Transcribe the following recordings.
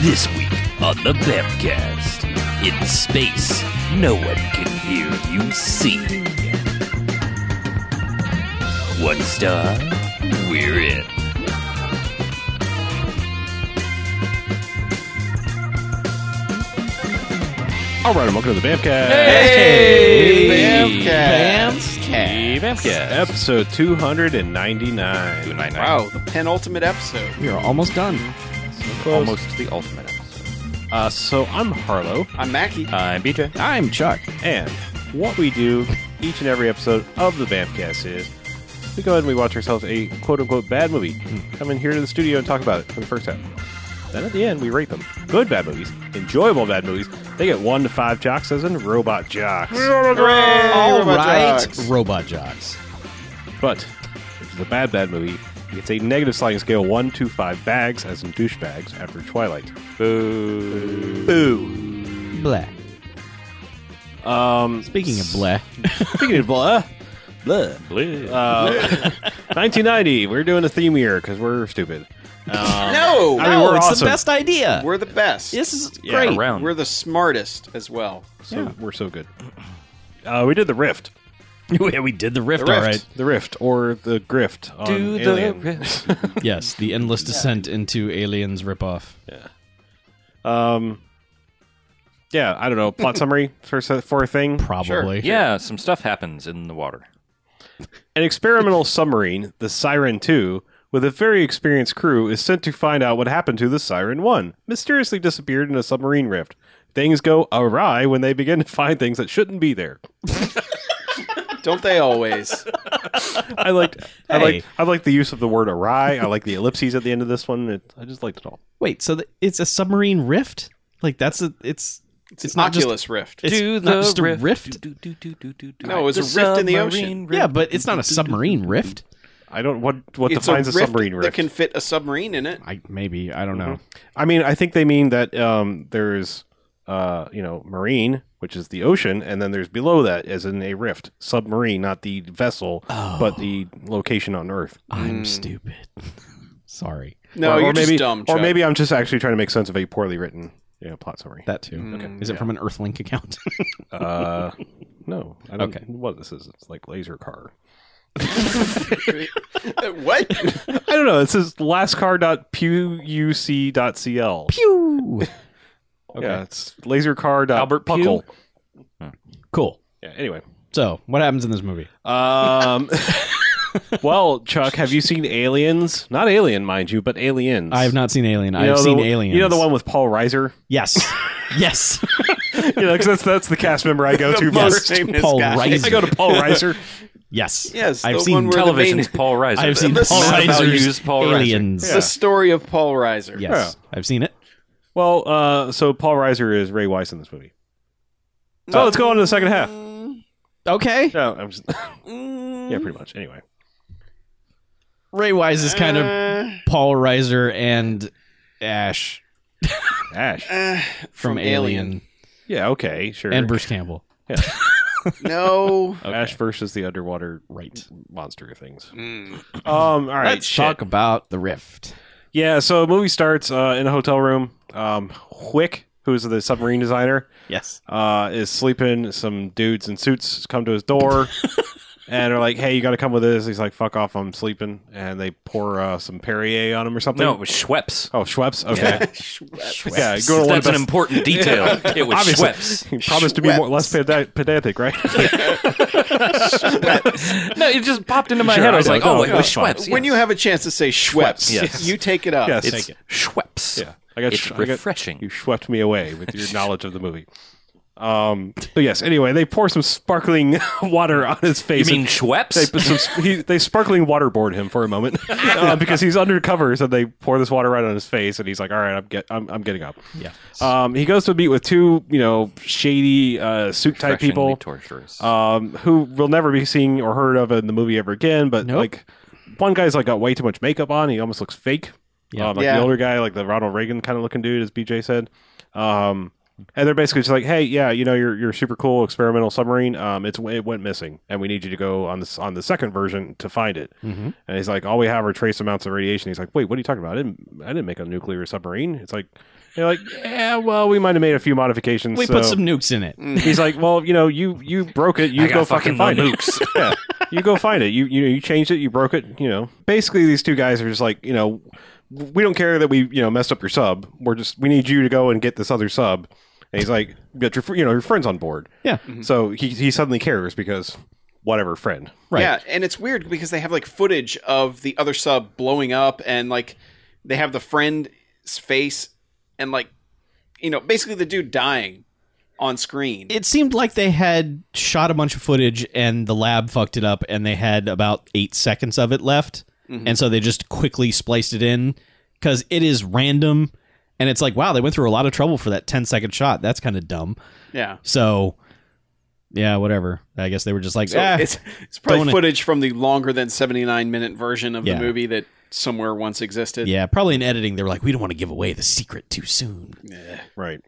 This week on the Bamcast. In space, no one can hear you sing. One star, we're in. All right, and welcome to the Bamcast. Hey! The Bamcast. Episode 299. Wow, the penultimate episode. We are almost done. Almost. the ultimate episode. Uh, so I'm Harlow, I'm Mackie. Uh, I'm BJ. I'm Chuck. and what we do each and every episode of the Bamcast is we go ahead and we watch ourselves a quote unquote bad movie, come in here to the studio and talk about it for the first time. Then at the end, we rate them. Good bad movies, enjoyable bad movies. They get one to five jocks, as in robot jocks. Hooray, All Robot right, Jocks. Robot Jocks. But if it's a bad, bad movie, it gets a negative sliding scale 1 to 5 bags, as in douchebags, after Twilight. Boo. Boo. Bleh. Um, Speaking of bleh, speaking of blah, blah. Uh, 1990, we're doing a theme year because we're stupid. no, Um, I mean, oh, we're it's awesome. the best idea. we're the best. this is Yeah, great. around. We're the smartest as well. So We're so good. Uh, we did the Rift. Yeah, we did the rift, The rift. all right. The Rift, or the Grift on Alien. Yes, the endless descent into aliens ripoff. Yeah, I don't know. Plot summary for, for a thing. Probably. Yeah, some stuff happens in the water. An experimental submarine, the Siren 2, with a very experienced crew, is sent to find out what happened to the Siren 1, mysteriously disappeared in a submarine rift. Things go awry when they begin to find things that shouldn't be there. Don't they always? I liked, I Hey. liked, I liked the use of the word awry. I like the ellipses at the end of this one. It, I just liked it all. Wait, so the, it's a submarine rift? Like that's a it's it's, not just Oculus Rift. it's Do not the just a rift. No, it was a rift in the ocean. Yeah, but it's not a submarine rift. I don't what what it's a defines rift a, submarine that rift. can fit a submarine in it. I maybe I don't know. I mean, I think they mean that um, there's uh, you know marine, which is the ocean, and then there's below that, as in a rift, submarine, not the vessel, but the Oh. location on Earth. I'm stupid. Sorry, No, or, you're or maybe, just dumb. or Chuck. maybe I'm just actually trying to make sense of a poorly written you know, plot summary. that too. Is it from an Earthlink account? Uh, no, I don't Okay. know what this is. It's like laser car. what? I don't know. It says lastcar.puc.cl. Pew. Yeah, it's lasercar. Albert Puckle. Cool. Yeah. Anyway. So, what happens in this movie? Um, well, Chuck, have you seen Aliens? Not Alien, mind you, but Aliens. I have not seen Alien. You know I've the- seen Aliens. You know the one with Paul Reiser? Yes. yes. you know, 'cause that's, that's the cast member I go to most first. famous Paul guy. Reiser. I go to Paul Reiser. Yes. Yes, I've the seen one where the main- Television's Paul Reiser. I've seen The Paul mass Reiser's values Paul Reiser. Aliens. The story of Paul Reiser. Yes. I've seen it. well, uh, so Paul Reiser is Ray Weiss in this movie. So let's go on to the second half. Okay. No, I'm just, Mm, yeah, pretty much. Anyway. Ray Wise is kind of Uh, Paul Reiser and Ash Ash. uh, from, Alien, Yeah, okay, sure. and Bruce Campbell. no. Ash versus the underwater Right. monster things. Mm. Um, all right, Let's shit. talk about the rift. Yeah, so the movie starts uh, in a hotel room. Um, Wick, who's the submarine designer, Yes. uh, is sleeping. Some dudes in suits come to his door and are like, "Hey, you got to come with us." He's like, "Fuck off, I'm sleeping." And they pour uh, some Perrier on him or something. No, it was Schweppes. oh Schweppes. Okay, yeah, Schweppes. go to one of That's the an best- important detail. It was Obviously, Schweppes. he promised to be more, less peda- pedantic, right? No, it just popped into my Sure, head. I I was like, don't know. oh, it was Yeah, Schweppes. When you have a chance to say Schweppes, Yes. you take it up. yes, it's Schweppes. yeah. I got It's sh- I got- refreshing. You swept me away with your knowledge of the movie. Um, so yes. Anyway, they pour some sparkling water on his You face. mean and Schweppes? they put some, he, they sparkling waterboard him for a moment uh, because he's undercover. So they pour this water right on his face, and he's like, "All right, I'm get, I'm, I'm getting up." Yeah. Um, he goes to meet with two, you know, shady uh, suit type Refreshingly people, torturous. um, who will never be seen or heard of in the movie ever again. But Nope. like, one guy's like got way too much makeup on; he almost looks fake. Yeah. Um, like Yeah. the older guy, like the Ronald Reagan kind of looking dude, as BJ said. Um, and they're basically just like, "Hey, yeah, you know, you're you're a super cool experimental submarine. Um, it's it went missing, and we need you to go on this on the second version to find it." Mhm. And he's like, "All we have are trace amounts of radiation." He's like, "Wait, what are you talking about? I didn't I didn't make a nuclear submarine." It's like, They're like, yeah, well, we might have made a few modifications. We so- Mm. put some nukes in it. He's like, well, you know, you you broke it. You I got go fucking fucking find the it. yeah, you go find it. You you know, you changed it. You broke it. You know, basically, these two guys are just like, you know, we don't care that we you know messed up your sub. We're just we need you to go and get this other sub. And he's like, get your fr- you know your friends on board. Yeah, Mm-hmm. So he he suddenly cares because whatever friend. right. Yeah, and it's weird because they have like footage of the other sub blowing up, and like they have the friend's face, and like you know, basically the dude dying on screen. It seemed like they had shot a bunch of footage and the lab fucked it up, and they had about eight seconds of it left, Mm-hmm. and so they just quickly spliced it in because it is random, and it's like, wow, they went through a lot of trouble for that 10 second shot. That's kind of dumb. yeah, So, yeah, whatever. I guess they were just like, so ah, it's it's probably Don't- footage from the longer than seventy nine minute version of Yeah. the movie that somewhere once existed. yeah, probably in editing they were like, we don't want to give away the secret too soon. Right.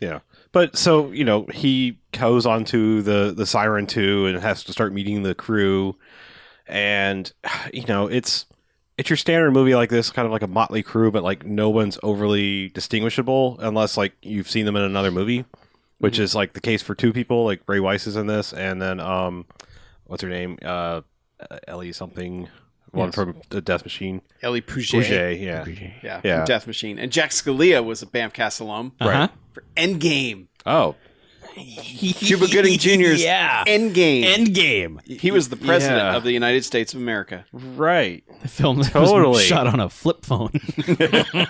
yeah. But so, you know, he goes onto the the Siren 2 and has to start meeting the crew and you know, it's it's your standard movie like this, kind of like a motley crew, but like no one's overly distinguishable unless like you've seen them in another movie, which is like the case for two people, like Ray Weiss is in this and then um what's her name? Uh Ellie something one from the Death Machine. Ellie Puget, Bouget, yeah. yeah, Yeah. from Death Machine, and Jack Scalia was a Bamcast alum Uh-huh. for Endgame. Oh, Cuba Gooding Jr.'s Yeah. Endgame. Endgame. he was the president Yeah. of the United States of America. Right. The film that Totally. was shot on a flip phone.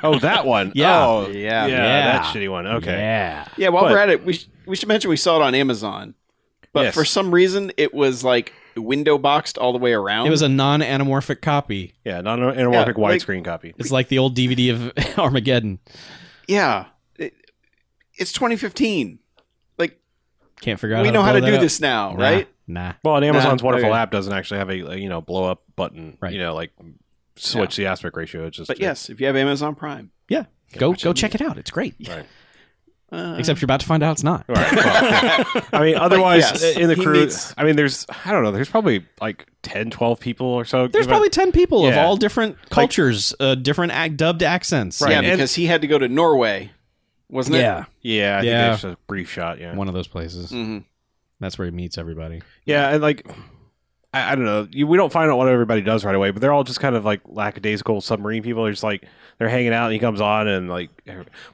Oh, that one. Yeah. Oh, Yeah. yeah, Yeah. that shitty one. Okay. Yeah. Yeah, while But- we're at it, we sh- we should mention we saw it on Amazon, but Yes. for some reason it was like window boxed all the way around. It was a non anamorphic copy. Yeah, not an anamorphic Yeah, like- widescreen copy. It's like the old DVD of Armageddon. yeah. It- it's 2015. Like Can't figure out we how know to how to blow do that up. this now, Nah, right? Nah. Well, and Amazon's Nah, wonderful okay. app doesn't actually have a, a, you know blow up button. Right. You know, like switch the aspect ratio. It's just But yes, if you have Amazon Prime, Yeah. Go go check it out. It's great. Right. uh, Except you're about to find out it's not. All right, well, I mean, otherwise uh, yes, in the he crew, meets- I mean, there's I don't know, there's probably like 10, 12 people or so. There's Give it- probably ten people of Yeah. all different cultures, uh, different ac- dubbed accents. yeah, Right, and- because he had to go to Norway, wasn't it? Yeah. yeah, I think Yeah. there's a brief shot. Yeah, One of those places. hmm That's where he meets everybody. yeah, and like. I, I don't know. You, we don't find out what everybody does right away, but they're all just kind of like lackadaisical submarine people. They're just like they're hanging out, and he comes on, and like,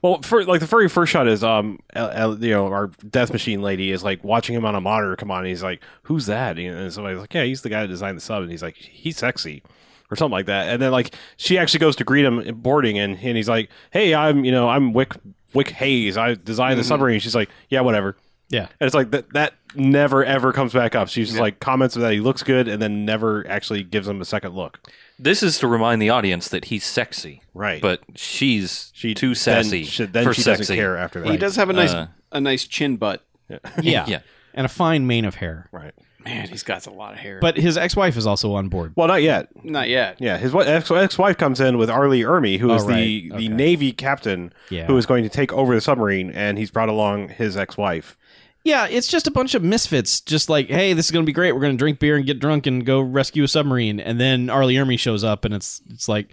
well, for like the very first shot is um, El- El- you know, our death machine lady is like watching him on a monitor come on, and he's like, "Who's that?" You know, And somebody's like, "Yeah, he's the guy that designed the sub," and he's like, "He's sexy." Or something like that, and then like she actually goes to greet him at boarding, and, and he's like, "Hey, I'm you know I'm Wick Wick Hayes. I designed the submarine." She's like, "Yeah, whatever." Yeah. And it's like that that never ever comes back up. She's just like comments that he looks good and then never actually gives him a second look. this is to remind the audience that he's sexy, Right. But she's She too sexy then, she, then for she sexy. doesn't care after that. He does have a nice Uh. a nice chin butt. Yeah. Yeah. And a fine mane of hair. Right. Man, he's got a lot of hair. But his ex-wife is also on board. Well, not yet. not yet. Yeah, his ex ex wife comes in with Arlie Ermy, who Oh, is the right. the Okay. Navy captain Yeah. who is going to take over the submarine, and he's brought along his ex wife. Yeah, it's just a bunch of misfits. Just like, hey, this is gonna be great. We're gonna drink beer and get drunk and go rescue a submarine. And then Arlie Ermy shows up, and it's it's like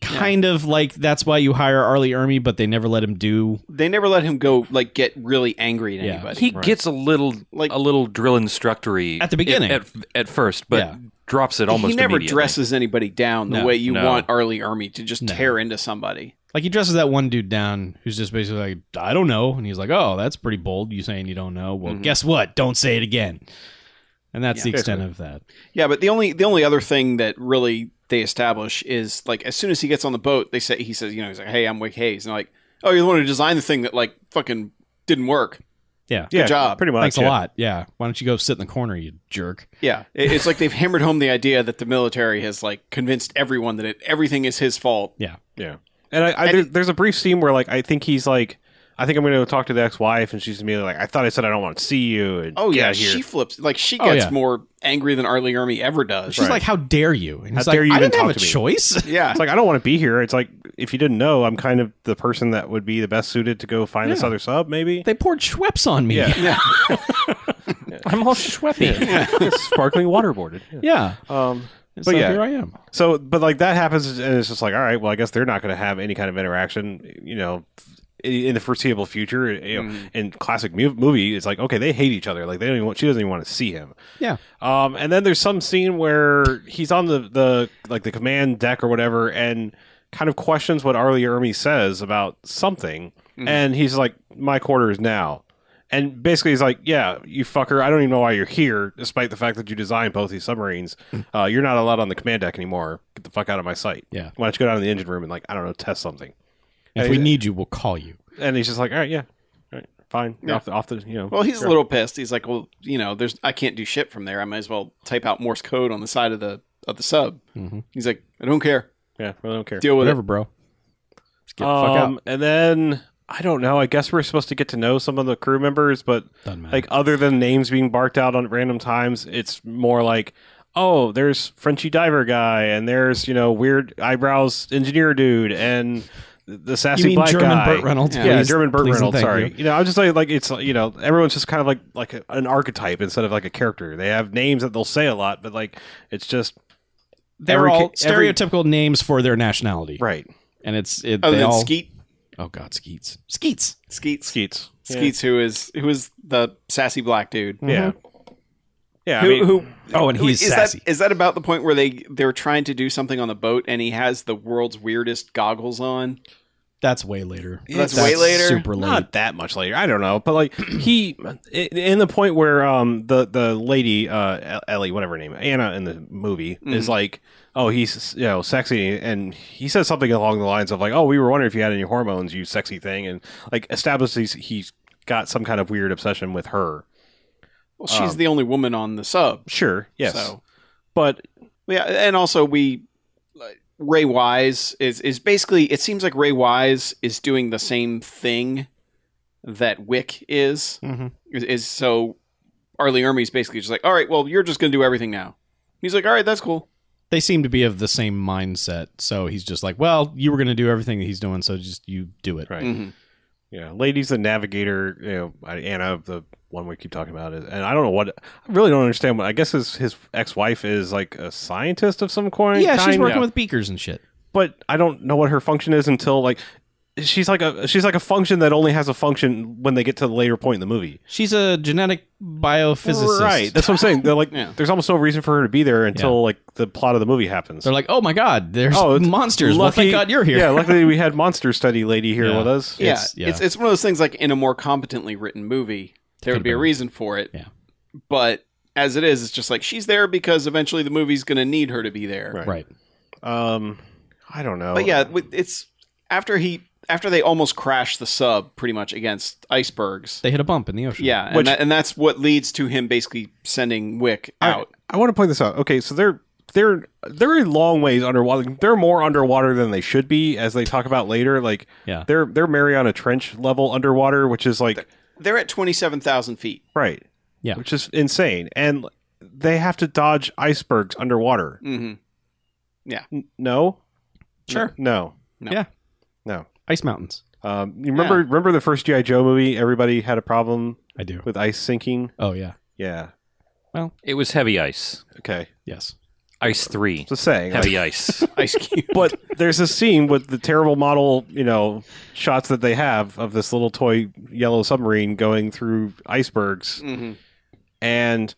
kind of like that's why you hire Arlie Ermy, but they never let him do. They never let him go like get really angry at Yeah. anybody. He gets a little Like- like a little drill instructory At the beginning. at, at, at first, but Yeah. drops it almost. he never immediately. dresses anybody down the No, way you no. want Arlie Ermy to just No. tear into somebody. Like he dresses that one dude down who's just basically like, I don't know, and he's like, oh, that's pretty bold. You saying you don't know? Well, Mm-hmm. Mhm. guess what? Don't say it again. And that's the extent of that. Yeah, but the only the only other thing that really they establish is like as soon as he gets on the boat, they say he says, you know, he's like, "Hey, I'm Wick Hayes," and they're like, "Oh, you're the one who designed the thing that like fucking didn't work." Yeah. yeah, job. Pretty much. Thanks a yeah. lot. Yeah. Why don't you go sit in the corner, you jerk? Yeah, It- it's like they've hammered home the idea that the military has like convinced everyone that it, everything is his fault. Yeah. Yeah. And I, I, there, there's a brief scene where like I think he's like, I think I'm going to talk to the ex wife, and she's immediately like, I thought I said I don't want to see you. And Oh get yeah, out of here. she flips like she Oh, gets yeah. more angry than Arlie Ermy ever does. She's like, how dare you? And he's like, dare you I even didn't have talk a to me?" choice. yeah, It's like I don't want to be here. It's like if you didn't know, I'm kind of the person that would be the best suited to go find this Yeah. other sub, maybe. They poured Schweppes on me. Yeah. yeah. I'm all schweppy. Sparkling waterboarded. Yeah. Um, And But so yeah. here I am. So, but like that happens, and it's just like, all right, well, I guess they're not going to have any kind of interaction, you know, i- in the foreseeable future. You know, in classic mu- movie, it's like, okay, they hate each other. Like they don't even want, she doesn't even want to see him. Yeah. Um, and then there's some scene where he's on the, the like the command deck or whatever, and kind of questions what Arlie Ermy says about something, and he's like, "My quarters now," and basically he's like, "Yeah, you fucker, I don't even know why you're here, despite the fact that you designed both these submarines. uh, you're not allowed on the command deck anymore. Get the fuck out of my sight. Yeah. why don't you go down to the engine room and like I don't know, test something?" If Hey, uh, we th- need you, we'll call you. And he's just like, "All right, yeah, all right, fine, off, the, off the, you know." Well, he's sure." a little pissed. He's like, well, you know, there's I can't do shit from there. I might as well type out Morse code on the side of the of the sub. Mm-hmm. He's like, I don't care. yeah, really don't care. Deal with Whatever, bro. Just get the fuck Um, out. And then I don't know. I guess we're supposed to get to know some of the crew members, but Doesn't matter. like other than names being barked out on at random times, it's more like, oh, there's Frenchy diver guy, and there's you know weird eyebrows engineer dude, and the sassy you mean black German guy. Burt Reynolds? Yeah, please- German Burt please Reynolds. and thank Sorry, you. you. know, I'm just saying, like it's you know, everyone's just kind of like like a, an archetype instead of like a character. They have names that they'll say a lot, but like it's just They're every all ca- every- stereotypical names for their nationality, right. and it's it, it. Other they than all. Oh, Skeet, Oh God, Skeets, Skeets. Skeet, Skeet, Skeets. Skeets, who is who is the sassy black dude. Yeah. Mm-hmm. Yeah, I Who, mean- who Oh, and he's is sassy. that is that about the point where they they're trying to do something on the boat and he has the world's weirdest goggles on? That's way later. That's way later? Super late. Not that much later. I don't know, but like he in- in the point where um the the lady uh Ellie whatever her name Anna in the movie is Mm-hmm. like oh he's you know sexy and he says something along the lines of like oh we were wondering if you had any hormones you sexy thing and like establishes he's, he's got some kind of weird obsession with her. Well, she's Um, the only woman on the sub. Sure. Yes. So But Yeah, and also we like, Ray Wise is is basically it seems like Ray Wise is doing the same thing that Wick is Mm-hmm. is, is so Arlie Ermey's basically just like, all right, well, you're just gonna do everything now. He's like, all right, that's cool. They seem to be of the same mindset, so he's just like, "Well, you were going to do everything that he's doing, so just you do it." right. Mhm. Yeah, Lady's the navigator. You know, I- Anna, the one we keep talking about, is, and I don't know what. I really don't understand what. I guess his his ex wife is like a scientist of some coin- kind. Yeah, she's working yeah. with beakers and shit. but I don't know what her function is until like she's like a she's like a function that only has a function when they get to the later point in the movie. She's a genetic biophysicist. Right, that's what I'm saying. They're like, Yeah. there's almost no reason for her to be there until like the plot of the movie happens. They're like, "Oh my God, there's Oh, it's monsters!" well, thank God you're here. Yeah, luckily we had monster study lady here Yeah. with us. Yeah, It's- it's, yeah. it's one of those things like in a more competently written movie, there would be a reason for it. Yeah. But as it is, it's just like she's there because eventually the movie's gonna need her to be there. right. Um, I don't know. But yeah, with- it's after he after they almost crash the sub pretty much against icebergs. They hit a bump in the ocean. Yeah, and, Which- that, and that's what leads to him basically sending Wick I- out. I, want to point this out. Okay, so they're they're they're a long ways underwater. They're more underwater than they should be, as they talk about later. Like Yeah. they're they're Mariana Trench level underwater, which is like They're at twenty seven thousand feet. right, Yeah. which is insane. And they have to dodge icebergs underwater. Mm-hmm. N- No, Sure. no, No. Yeah. no. Ice mountains. Um, you remember Yeah. remember the first GI Joe movie? Everybody had a problem I do. with ice sinking. Oh yeah. Yeah. It was heavy ice. Okay. Yes. Ice three. Just saying. like- Heavy ice. Ice Cube. but there's a scene with the terrible model, you know, shots that they have of this little toy yellow submarine going through icebergs, hmm and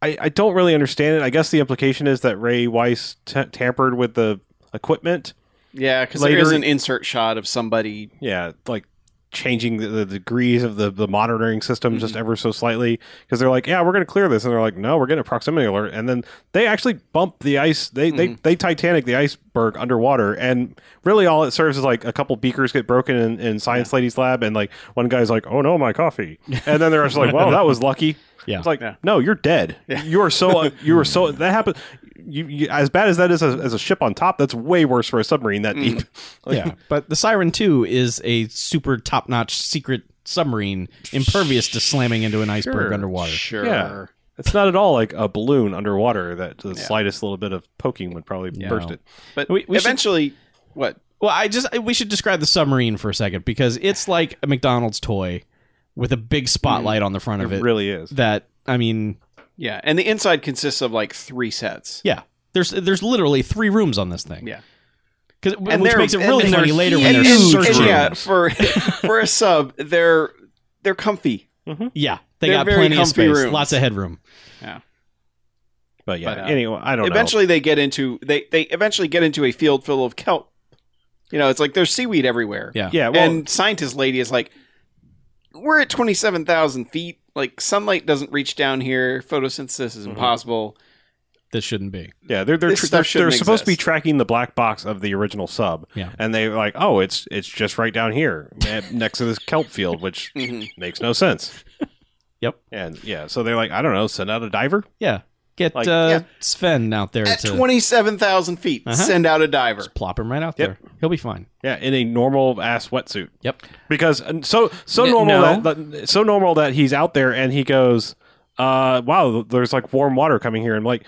I, I don't really understand it. I guess the implication is that Ray Weiss t- tampered with the equipment. Yeah, because there Later- is an insert shot of somebody. Yeah, like changing the, the degrees of the, the monitoring system just ever so slightly because they're like yeah we're going to clear this and they're like no we're getting a proximity alert and then they actually bump the ice they they, they titanic the iceberg underwater and really all it serves is like a couple beakers get broken in, in science lady's lab and like one guy's like oh no my coffee and then they're just like well that was lucky Yeah. it's like no you're dead you are so uh, you were so that happened you, you as bad as that is as, as a ship on top that's way worse for a submarine that deep yeah. But the Siren 2 is a super top notch secret submarine impervious to slamming into an iceberg Sure, underwater. Sure. Yeah. It's not at all like a balloon underwater that the slightest little bit of poking would probably Yeah. burst it. But We- we should- eventually, what? Well, I just I- we should describe the submarine for a second because it's like a McDonald's toy with a big Mm. spotlight on the front It of it. really is. That I mean, Yeah, and the inside consists of like three sets. yeah. There's there's literally three rooms on this thing. Yeah. 'Cause- And which they're- makes it and really they're funny later when And- they're and- searching. and yeah, rooms. for for a sub, they're they're comfy. Yeah, they They're got very plenty of comfy space, rooms. lots of headroom. But yeah, But, uh, anyway, I don't Eventually, they get into they they eventually get into a field full of kelp. You know, it's like there's seaweed everywhere. Yeah. know. Yeah, well, and scientist lady is like, we're at twenty seven thousand feet. Like sunlight doesn't reach down here. Photosynthesis Mm-hmm. is impossible. That shouldn't be. yeah, they're they're, this tr- stuff they're, they're shouldn't supposed to be exist. tracking the black box of the original sub. Yeah. and they're like, oh, it's it's just right down here eh, next to this kelp field, which Mhm. makes no sense. Yep. And yeah, so they're like, I don't know, send out a diver. Yeah, get Like- uh, Yeah. Sven out there At to twenty seven thousand feet, Uh-huh. send out a diver. just plop him right out Yep. there. He'll be fine. Yeah, in a normal ass wetsuit. Yep. Because and so so N- normal no. that, that- so normal that he's out there and he goes, uh, wow, there's like warm water coming here, and like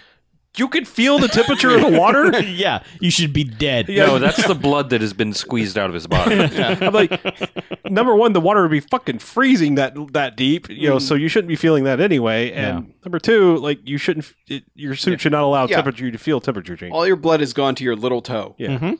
you could feel the temperature of the water. yeah, you should be dead. Yeah. No, that's the blood that has been squeezed out of his body. I'm like, number one, the water would be fucking freezing that that deep, you know, so you shouldn't be feeling that anyway. And number two, like you shouldn't, f- it, your suit should not allow Yeah. temperature you to feel temperature change. All your blood has gone to your little toe. Yeah. Mhm.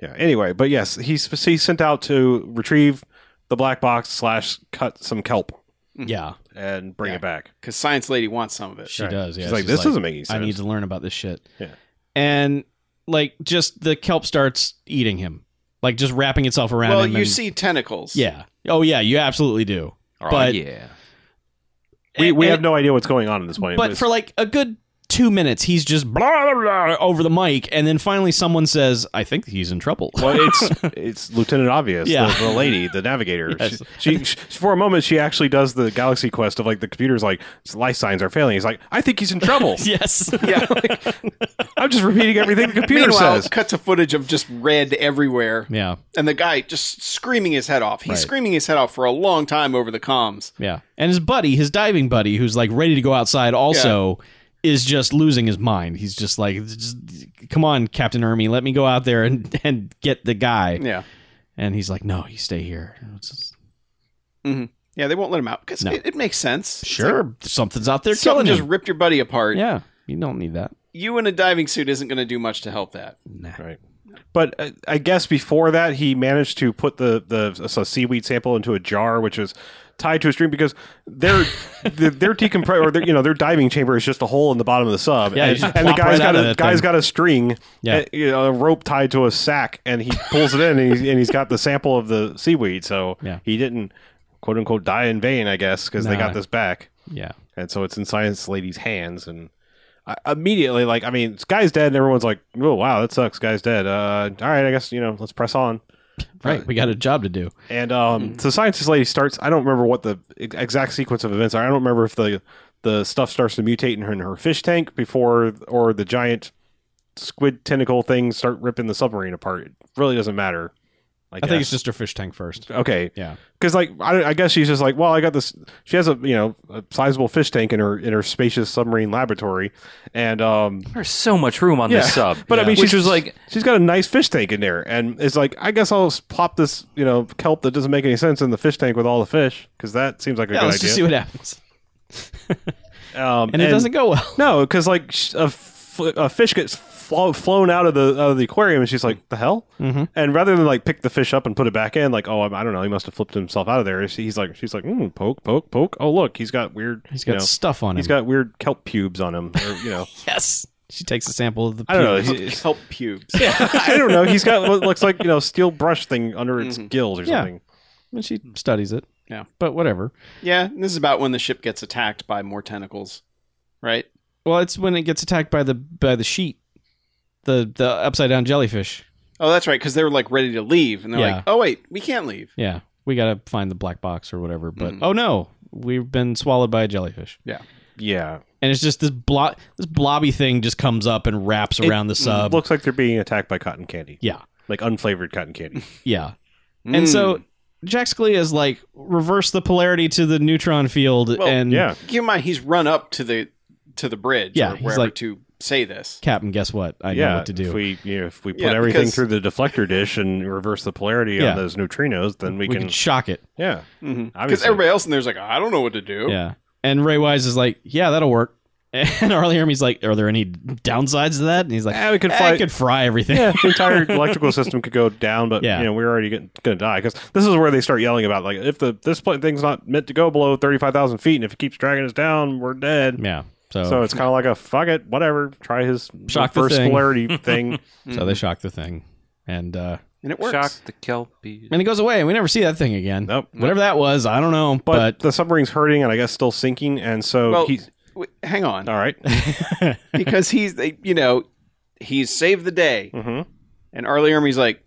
yeah. Anyway, but yes, he's he's sent out to retrieve the black box slash cut some kelp Yeah, and bring Yeah. it back. Because science lady wants some of it. she Right. does. Yeah, She's like, this doesn't make any I sense. need to learn about this shit. Yeah. And like, just the kelp starts eating him, like just wrapping itself around Well, him. you and- see tentacles. Yeah. Oh yeah, you absolutely do. Oh, But- yeah. we we And- have no idea what's going on at this point. But It's- for like a good two minutes, he's just blah, blah, blah over the mic, and then finally someone says, "I think he's in trouble." well, it's it's Lieutenant Obvious, Yeah. the, the lady, the navigator. Yes. She, she, she for a moment she actually does the Galaxy Quest of like the computer's like life signs are failing. He's like, I think he's in trouble. yes. Yeah. I'm just repeating everything the computer Meanwhile, says. cut to footage of just red everywhere, yeah. and the guy just screaming his head off. He's Right. screaming his head off for a long time over the comms. Yeah. And his buddy, his diving buddy, who's like ready to go outside, also is just losing his mind. He's just like, "Just- come on, Captain Ermy, let me go out there and, and get the guy. Yeah, And he's like, no, you stay here. It's just- yeah, they won't let him out because No. it, it makes sense. It's like, sure, something's out there someone killing just him. ripped your buddy apart. yeah. You don't need that. You in a diving suit isn't going to do much to help that. Nah. Right. But uh, I guess before that, he managed to put the the so seaweed sample into a jar, which was tied to a string because their their, their decompress or their, you know their diving chamber is just a hole in the bottom of the sub. Yeah, you and, just and the plop guy's right out got of a that guy's thing. got a string, Yeah. uh, you know, a rope tied to a sack, and he pulls it in, and he's, and he's got the sample of the seaweed. So Yeah. he didn't quote unquote die in vain, I guess, because they No. got this back Yeah. and so it's in science lady's hands and I, immediately like i mean this guy's dead and everyone's like oh wow that sucks guy's dead uh, all right i guess you know let's press on Right. We got a job to do. and um Mm-hmm. so scientist lady starts i don't remember what the ex- exact sequence of events are i don't remember if the the stuff starts to mutate in her, in her fish tank before or the giant squid tentacle things start ripping the submarine apart it really doesn't matter I think it's guess. just her fish tank first. okay Yeah. because like I, I guess she's just like well i got this she has a you know a sizable fish tank in her in her spacious submarine laboratory and um There's so much room on this sub. but i mean which she's was like, she's got a nice fish tank in there and it's like i guess i'll s- plop this you know kelp that doesn't make any sense in the fish tank with all the fish because that seems like a Yeah, good let's idea just see what happens. um, And, it doesn't go well. no because like sh- a, f- a fish gets flo- flown out of the out of the aquarium and she's like the hell mm-hmm. and rather than like pick the fish up and put it back in like oh I'm- i don't know he must have flipped himself out of there She- he's like she's like mm, poke poke poke oh look he's got weird He's got you know, stuff on him. he's got weird kelp pubes on him or, you know yes. She takes a sample of the. i don't know pubes. he's- Help pubes. i don't know he's got what looks like you know steel brush thing under its gills or Yeah. something And she studies it. Yeah. But whatever. yeah, and this is about when the ship gets attacked by more tentacles, right? Well, it's when it gets attacked by the by the sheet, the the upside down jellyfish. Oh, that's right, because they were like ready to leave, and they're Yeah. like, "Oh wait, we can't leave." Yeah, we gotta find the black box or whatever. But Hmm. oh no, we've been swallowed by a jellyfish, yeah and it's just this blob this blobby thing just comes up and wraps around mm, the sub. looks like they're being attacked by cotton candy yeah, like unflavored cotton candy yeah, Hmm. and so. Jack Scalia is like reverse the polarity to the neutron field, Well, and yeah keep in mind he's run up to the to the bridge Yeah, or he's wherever like- to say this. Captain, guess what? I yeah, know what to do. If we you know, if we put Yeah, everything because- through the deflector dish and reverse the polarity Yeah. on those neutrinos, then we, We can, could shock it. yeah. Because Obviously. everybody else in there's like, I don't know what to do. Yeah, and Ray Wise is like, yeah, that'll work. And Arlie Hermy's like, "Are there any downsides to that?" And he's like, Ah, we could "Eh, fly- I could fry everything." Yeah, the entire electrical system could go down, but Yeah. you know we're already going to die because this is where they start yelling about like if the this pl- thing's not meant to go below thirty five thousand feet, and if it keeps dragging us down, we're dead. Yeah. So, So so, it's kind of like a fuck it, whatever. Try his Shock the first thing. polarity thing. they shock the thing, and uh, and it works. Shock the Kelpie. and it goes away, and we never see that thing again. Nope. Whatever that was, I don't know, But, but, the submarine's hurting, and I guess still sinking, and so Well, he's w- hang on, all right. because he's they, you know he's saved the day, Mm-hmm. Mhm. and Arlie Ermy's like,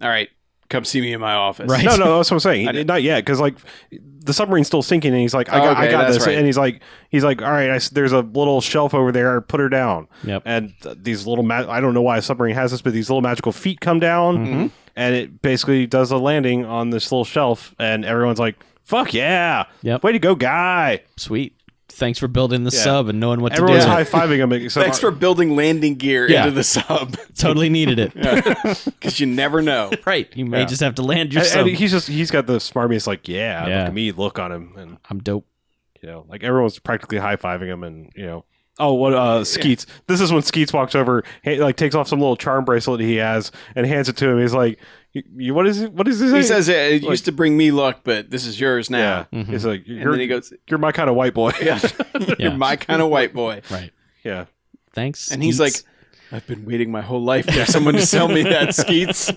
all right, come see me in my office. Right. No, no, that's what I'm saying. I He- did- Not yet, because like the submarine's still sinking, and he's like, I got, I Okay, got that's this, right. and he's like, he's like, all right, I s there's a little shelf over there, put her down. Yep. And th- these little, ma- I don't know why a submarine has this, but these little magical feet come down, Mm-hmm. and it basically does a landing on this little shelf, and everyone's like, fuck yeah, Yep. way to go, guy. sweet. Thanks for building the Yeah. sub and knowing what Everyone's to do. high fiving him. Except Thanks for building landing gear Yeah. into the sub totally needed it. because you never know. Right. You may Yeah. just have to land your And, sub. and he's just he's got the smarmiest like yeah, Yeah. look at me look on him and I'm dope. you know like everyone's practically high fiving him and you know oh what uh Skeets this is when Skeets walks over ha- like takes off some little charm bracelet he has and hands it to him he's like "You- you what is it what is this He says it, it used to bring me luck, but this is yours yeah now. Mhm. he's like you're And then he goes, you're my kind of white boy yeah, you're Yeah. my kind of white boy. Right. yeah Thanks. And he's Skeets. like, I've been waiting my whole life for someone to sell me that Skeets.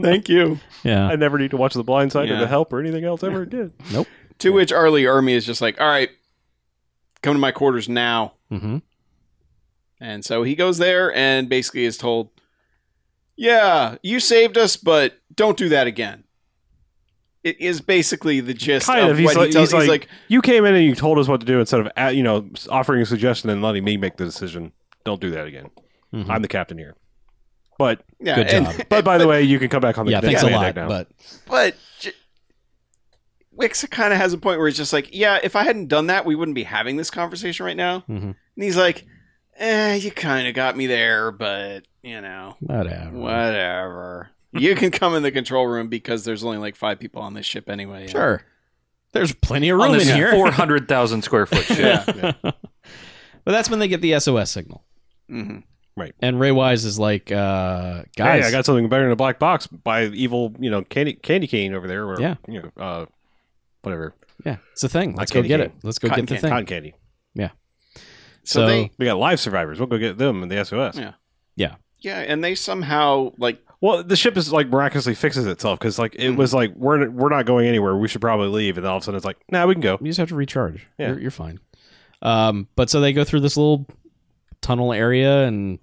Thank you. yeah. I never need to watch The Blind Side or Yeah. The Help or anything else ever again To which Arlie Ermy is just like, all right, come to my quarters now. Mm-hmm. And so he goes there and basically is told, yeah, you saved us, but don't do that again. It is basically the gist kind of, of he's what like, he does. he's like you came in and you told us what to do instead of uh, you know offering a suggestion and letting me make the decision don't do that again Mhm. I'm the captain here but yeah, Good and- job. But by the way, you can come back on the yeah. Cadet Thanks a lot. Atlantic now. But but j- Wix kind of has a point where it's just like, yeah, if I hadn't done that, we wouldn't be having this conversation right now. Mm-hmm. Mhm. And he's like, eh, you kind of got me there, but you know, whatever. whatever. you can come in the control room because there's only like five people on this ship anyway. Sure. There's plenty of On room in this here. 400,000 square foot ship. Yeah. But that's when they get the SOS signal. Mhm. And Ray Wise is like, uh, guys, hey, I got something better than a black box by evil, you know, candy candy cane over there. Or, Yeah. you know, uh, whatever, yeah, it's a thing. Let's go candy get cane. it. Let's go Cotton get the candy. thing. cotton candy. So, So- they, We got live survivors. We'll go get them in the SOS. Yeah. yeah, and they somehow like, Well, the ship is like miraculously fixes itself because like it was like we're we're not going anywhere. We should probably leave, and then all of a sudden it's like, nah, we can go. You just have to recharge. Yeah. You're, you're fine. Um, but so they go through this little tunnel area and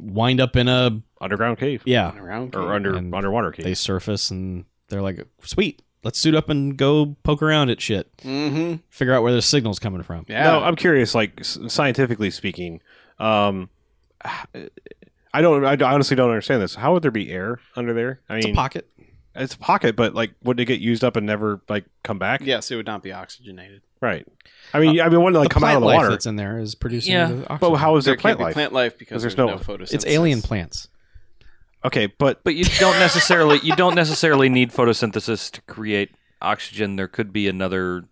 wind up in a Underground cave yeah. around Uh, or under And underwater cave. They surface and they're like, sweet, let's suit up and go poke around at shit, hmm figure out where the signal's coming from. yeah, No, I'm curious. Like s- scientifically speaking, um, I don't. I honestly don't understand this. How would there be air under there? I mean, It's a pocket. It's a pocket, but like, would it get used up and never like come back? yes, it would not be oxygenated. right. I mean, I mean, wouldn't it, like Uh, The come out plant of the life water? that's in there is producing. Yeah. the oxygen. But how is there, plant can't life? be plant life because there's there's, no- no, photosynthesis. it's alien plants. Okay, but But you don't necessarily you don't necessarily need photosynthesis to create oxygen. There could be another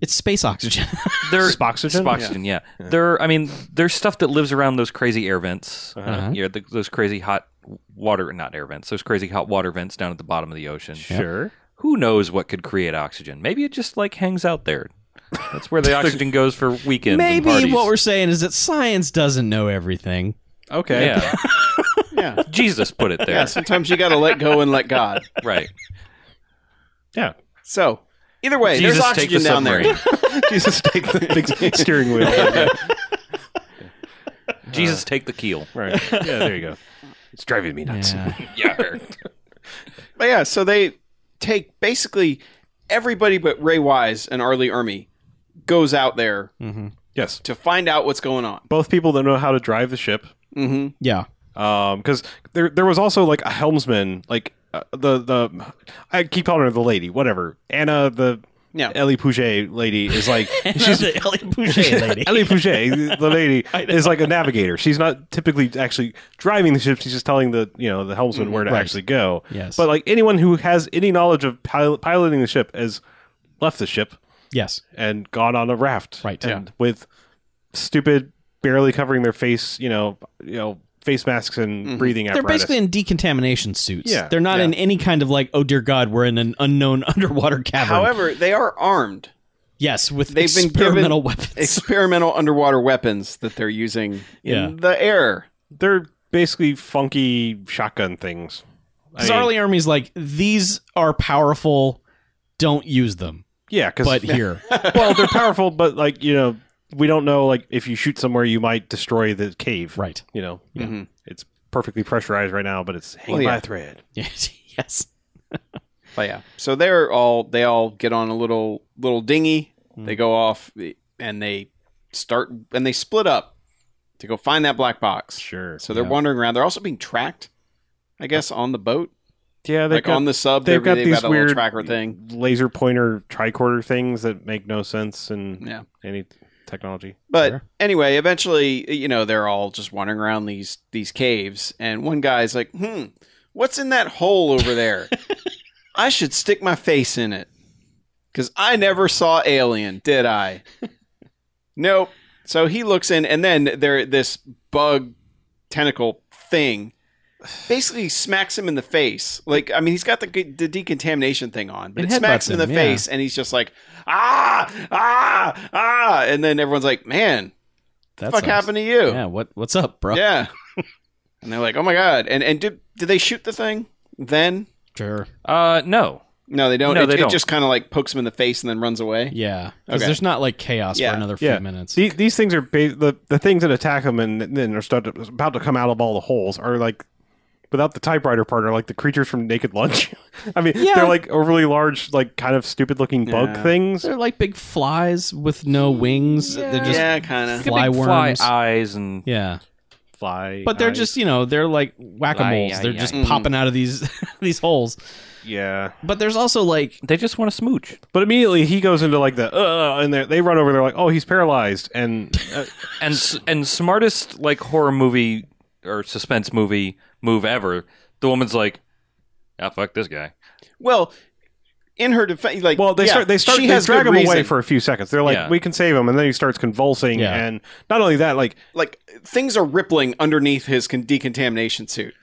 It's space oxygen. there Spoxygen? Spoxygen, yeah. There I mean there's stuff that lives around those crazy air vents. Uh, Uh-huh. Yeah, the, those crazy hot water not air vents. Those crazy hot water vents down at the bottom of the ocean. sure. Who knows what could create oxygen? Maybe it just like hangs out there. That's where the oxygen goes for weekends. and Maybe parties. what we're saying is that science doesn't know everything. Okay. yeah. Yeah. Jesus put it there. Yeah, sometimes you got to let go and let God. Right. Uh-huh. Yeah. So, either way, there's Jesus take the oxygen down submarine. there. Jesus, take the big steering wheel. Jesus take the keel. right. Yeah. There you go. It's driving me nuts. Yeah. Yeah. But yeah, so they take basically everybody but Ray Wise and Arlie Ermy goes out there Hmm. Yes. to find out what's going on. Both people that know how to drive the ship. Mm-hmm. yeah. Um, because there there was also like a helmsman, like uh, the the I keep calling her the lady, whatever. Anna the Yeah. Ellie Pouget lady is like She's the Ellie Boucher lady. Ellie Pouget, the lady, is like a navigator. She's not typically actually driving the ship. She's just telling the you know the helmsman where to Mm, Right. actually go. Yes. But like anyone who has any knowledge of pil- piloting the ship has left the ship yes. and gone on a raft, Right. and with stupid, barely covering their face, you know, you know, face masks and breathing Mm-hmm. They're apparatus. basically in decontamination suits. Yeah, They're not yeah. in any kind of like, oh dear God, we're in an unknown underwater cavern. However, they are armed. yes, with They've been given experimental weapons. Experimental underwater weapons that they're using in Yeah. the air. They're basically funky shotgun things. I mean, Zarly Army's like, these are powerful. Don't use them. yeah, because But here. well, they're powerful, but like you know, we don't know. Like if you shoot somewhere, you might destroy the cave. right. You know, Mhm. it's perfectly pressurized right now, but it's hanging Well, by yeah. a thread. Yes. yes. But yeah, so they're all they all get on a little little dinghy. Hmm. They go off and they start and they split up to go find that black box. Sure. So they're Yeah. wandering around. They're also being tracked, I guess, on the boat, yeah, they've like got, on the sub. they've got these a little weird tracker thing. laser pointer tricorder things that make no sense in Yeah, any technology. but Sure. anyway, eventually, you know, they're all just wandering around these these caves, and one guy's like, "Hmm, what's in that hole over there? I should stick my face in it, because I never saw Alien, did I? nope." So he looks in, and then there this bug tentacle thing basically smacks him in the face. Like, I mean, he's got the, the decontamination thing on, but It it smacks headbutts him in him, the yeah. face, and he's just like, ah, ah, ah, and then everyone's like, man, That fuck sucks. happened to you? Yeah. What What's up, bro? Yeah. and they're like, oh my god. And and did did they shoot the thing then? Sure. Uh, no. No, they don't. No, it, they it don't. just kind of like pokes him in the face and then runs away. Yeah. Because Okay. there's not like chaos Yeah. for another Yeah. few minutes. The- these things are ba- the the things that attack them and then are start to, about to come out of all the holes are like without the typewriter part are like the creatures from Naked Lunch. I mean, Yeah. they're like overly large, like kind of stupid looking bug Yeah. things. They're like big flies with no wings. They're just yeah, kind of. Big fly fly worms. eyes and yeah. Fly, But they're eyes. just, you know, they're like whack-a-moles. Aye, they're aye, just aye. popping out of these these holes. yeah. But there's also like they just want to smooch. But immediately he goes into like the uh, and they're- they run over. They're like, oh, he's paralyzed, and uh, And s- and smartest like horror movie or suspense movie move ever. The woman's like, "Ah, fuck this guy." Well, in her defense, like well, they yeah, start they start She they has drag good him away reason. for a few seconds. They're like, Yeah. we can save him, and then he starts convulsing, Yeah. and not only that, like like things are rippling underneath his con- decontamination suit.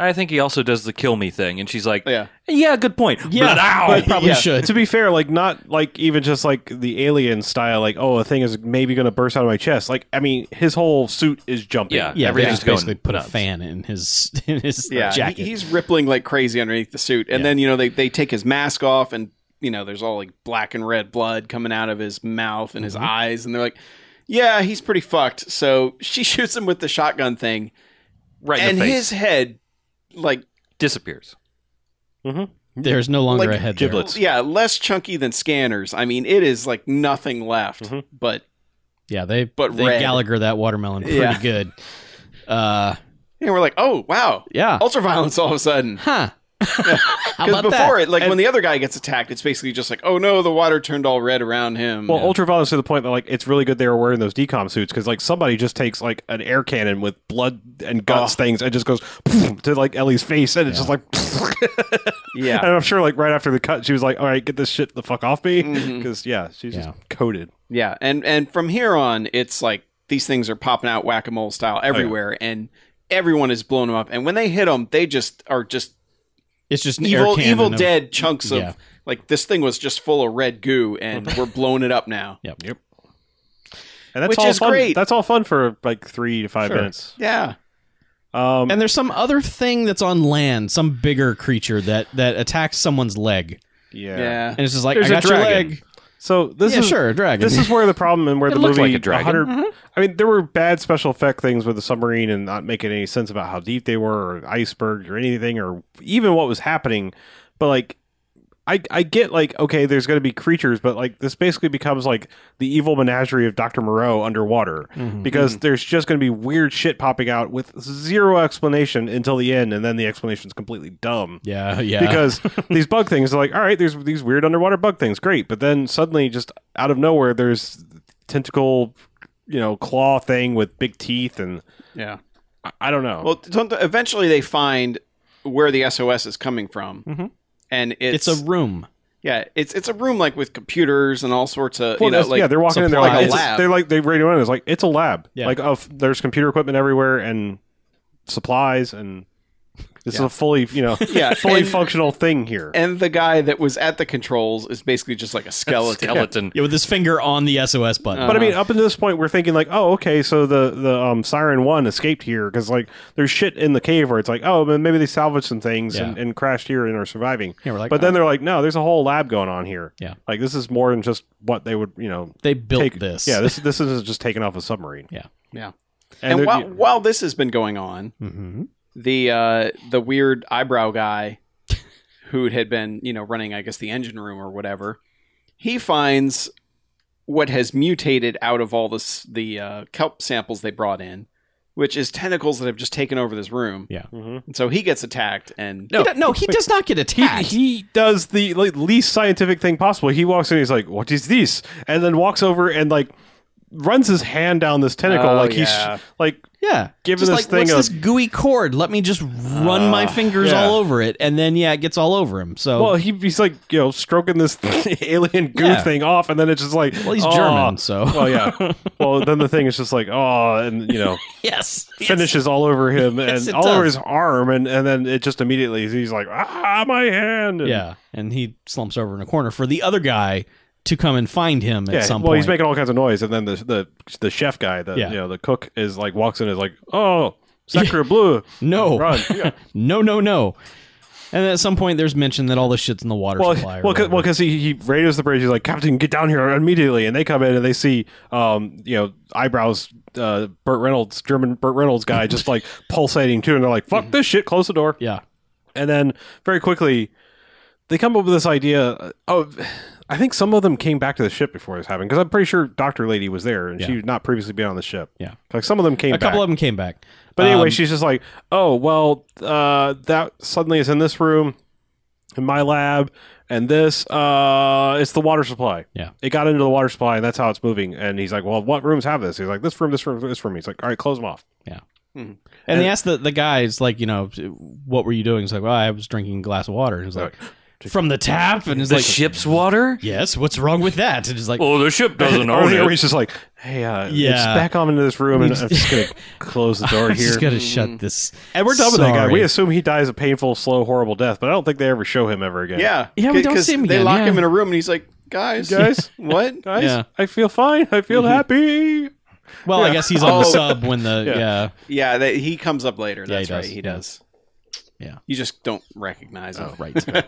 I think he also does the kill me thing, and she's like, Yeah. yeah, good point." Yeah, But, ow! I probably Oh, Yeah. should. to be fair, like not like even just like the alien style, like oh, a thing is maybe going to burst out of my chest. Like I mean, his whole suit is jumping. Yeah. Yeah, Everything's everything's basically going put a nuts. fan in his in his Yeah, he- jacket. he's rippling like crazy underneath the suit, and Yeah. then you know they they take his mask off, and you know there's all like black and red blood coming out of his mouth and his Mm-hmm. eyes, and they're like, "Yeah, he's pretty fucked." So she shoots him with the shotgun thing, right in and the face, his head, like disappears. There's no longer like a head giblets. yeah, less chunky than scanners. I mean, it is like nothing left, Mm-hmm. Mhm. but there. Yeah, they But they red. Gallagher that watermelon pretty Yeah. good. Uh, and we're like, "Oh wow, yeah. ultraviolence all of a sudden." Huh. Ah. How Because about before it, that? like And- when the other guy gets attacked, it's basically just like, "Oh no, the water turned all red around him." Well, oh. ultraviolence to the point that like it's really good they were wearing those decom suits because like somebody just takes like an air cannon with blood and guts things and just goes to like Ellie's face and it's just like yeah. and I'm sure like right after the cut she was like all right get this shit the fuck off me Mhm. because yeah she's Yeah. just coated Yeah, and and from here on, it's like these things are popping out whack a mole Oh, style everywhere, and everyone is blowing them up. And when they hit them, they just are just it's just an air evil, cannon evil of- dead chunks of yeah. like this thing was just full of red goo, and we're blowing it up now. and that's Which all is fun great. that's all fun for like three to five Sure. minutes Yeah, um And there's some other thing that's on land, some bigger creature that that attacks someone's leg, yeah. yeah, and it's just like There's I a got your dragon. leg. so this yeah, is sure, a dragon. This is where the problem and where It the looked movie. like a dragon. 100 I mean, there were bad special effect things with the submarine and not making any sense about how deep they were, or icebergs, or anything, or even what was happening. But like, I I get like okay, there's going to be creatures, but like this basically becomes like the evil menagerie of Doctor Moreau underwater Mm-hmm. because there's just going to be weird shit popping out with zero explanation until the end, and then the explanation's completely dumb yeah, yeah. because these bug things are like, all right, there's these weird underwater bug things, great, but then suddenly, just out of nowhere, there's tentacle, you know, claw thing with big teeth, and yeah. I, I don't know. Well, don't- eventually they find where the SOS is coming from, Mhm. and it's, it's, a room. Yeah, it's it's a room like with computers and all sorts of Well, you know that's- like yeah, they're walking in. They're supply like, it's, lab. they're like they radio in. It's like it's a lab. Yeah. Like of there's computer equipment everywhere and supplies and this is a fully you know Yeah, fully and- functional thing here. and the guy that was at the controls is basically just like a skeleton. skeleton. Yeah, with his finger on the SOS button. but uh, I mean, up until this point, we're thinking like, oh, okay, so the the um, Siren One escaped here because like there's shit in the cave where it's like, oh, but maybe they salvaged some things and, Yeah. and crashed here and are surviving. Yeah, we're like, oh, but then they're like, no, there's a whole lab going on here. Yeah. like this is more than just what they would you know they built take this. Yeah, this this isn't just taking off a submarine. Yeah. Yeah. they're- And while while this has been going on, hmm the uh, the weird eyebrow guy who had been you know running I guess the engine room or whatever, he finds what has mutated out of all this the uh, kelp samples they brought in, which is tentacles that have just taken over this room. Yeah. Mhm. And so he gets attacked and No, no, he does not get He, attacked. he does the like, least scientific thing possible. He walks in, he's like, "What is this?" and then walks over and like runs his hand down this tentacle, Oh, like he's yeah. like yeah. giving Just this like, thing what's a Ah, this gooey cord? Let me just run my fingers yeah. all over it. And then, yeah, it gets all over him. So, Well, he, he's like you know stroking this alien goo Yeah. thing off, and then it's just like well, he's "Oh." German, so. Well, yeah. well, then the thing is just like oh, and you know yes. yes. finishes all over him and Yes, it all over does. his arm, and and then it just immediately he's like ah, my hand. And, Yeah. And he slumps over in a corner for the other guy to come and find him at Yeah, some well, point. he's making all kinds of noise, and then the the the chef guy, the Yeah. you know the cook, is like walks in, and is like, oh, Sakura Blue, no. run! Yeah. No, no, no. And at some point, there's mention that all this shit's in the water well, supply. or well, cause, whatever. well, 'cause he, he radios the bridge. He's like, Captain, get down here immediately! And they come in and they see, um, you know, eyebrows, uh, Burt Reynolds, German Burt Reynolds guy, just like pulsating too, and they're like, fuck this shit, close the door. Mm-hmm. yeah. And then very quickly, they come up with this idea. uh, Of, I think some of them came back to the ship before this happened because I'm pretty sure Doctor Lady was there and she Yeah. had not previously been on the ship. Yeah. like some of them came. A couple back. of them came back. But anyway, Um, she's just like, "Oh, well, uh, that suddenly is in this room, in my lab, and this, uh, it's the water supply. Yeah. it got into the water supply, and that's how it's moving." And he's like, "Well, what rooms have this?" He's like, "This room, this room, this room." He's like, "All right, close them off." And, they asked the, the guys, like, you know, what were you doing? He's like, well, I was drinking a glass of water. And he's like, from the tap? And he's The like, ship's water? yes, what's wrong with that? And he's like, Well, the ship doesn't own Earlier, it. he's just like, "Hey, uh, Yeah. just back on into this room, and I'm just gonna close the door I'm here." Mm. just going to shut this. and we're done with that guy. Sorry. We assume he dies a painful, slow, horrible death, but I don't think they ever show him ever again. yeah, Yeah, we don't 'cause see him They again, lock yeah. him in a room and he's like, guys, Guys? what? guys, Yeah. Mm-hmm. I feel fine. I feel happy. Well, I Yeah. guess he's on the Oh. sub when the, Yeah. yeah. Yeah, that, he comes up later. Yeah, he That's right, does. he does. Yeah. Oh. you just don't recognize him. Right.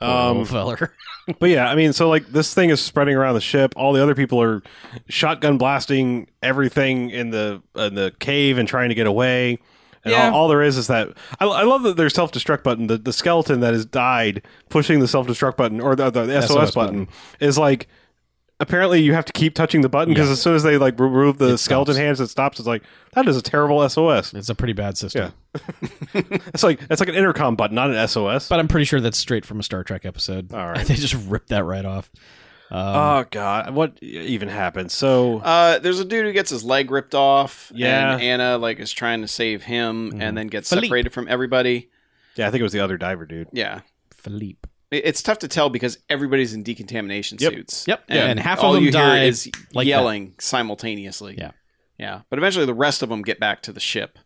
Oh. Um, um, feller. But yeah, I mean, so like this thing is spreading around the ship. All the other people are shotgun blasting everything in the in the cave and trying to get away. And Yeah. all, all there is is that I, I love that their self destruct button. The, the skeleton that has died pushing the self destruct button or the, the, SOS, SOS button, is like apparently you have to keep touching the button because as soon as they like remove the skeleton stops. hands, it stops. It's like that is a terrible SOS. It's a pretty bad system. Yeah. It's like it's like an intercom button, not an SOS. But I'm pretty sure that's straight from a Star Trek episode. All right. they just ripped that right off. Um, oh god, what even happened? So Uh, there's a dude who gets his leg ripped off. Yeah. and Anna like is trying to save him, and then gets Mm-hmm. Philippe. separated from everybody. yeah, I think it was the other diver dude. Yeah, Philippe. It- it's tough to tell because everybody's in decontamination Yep. suits. Yep. Yeah, and half of all them you die hear is like that. yelling simultaneously. Yeah. yeah. But eventually, the rest of them get back to the ship.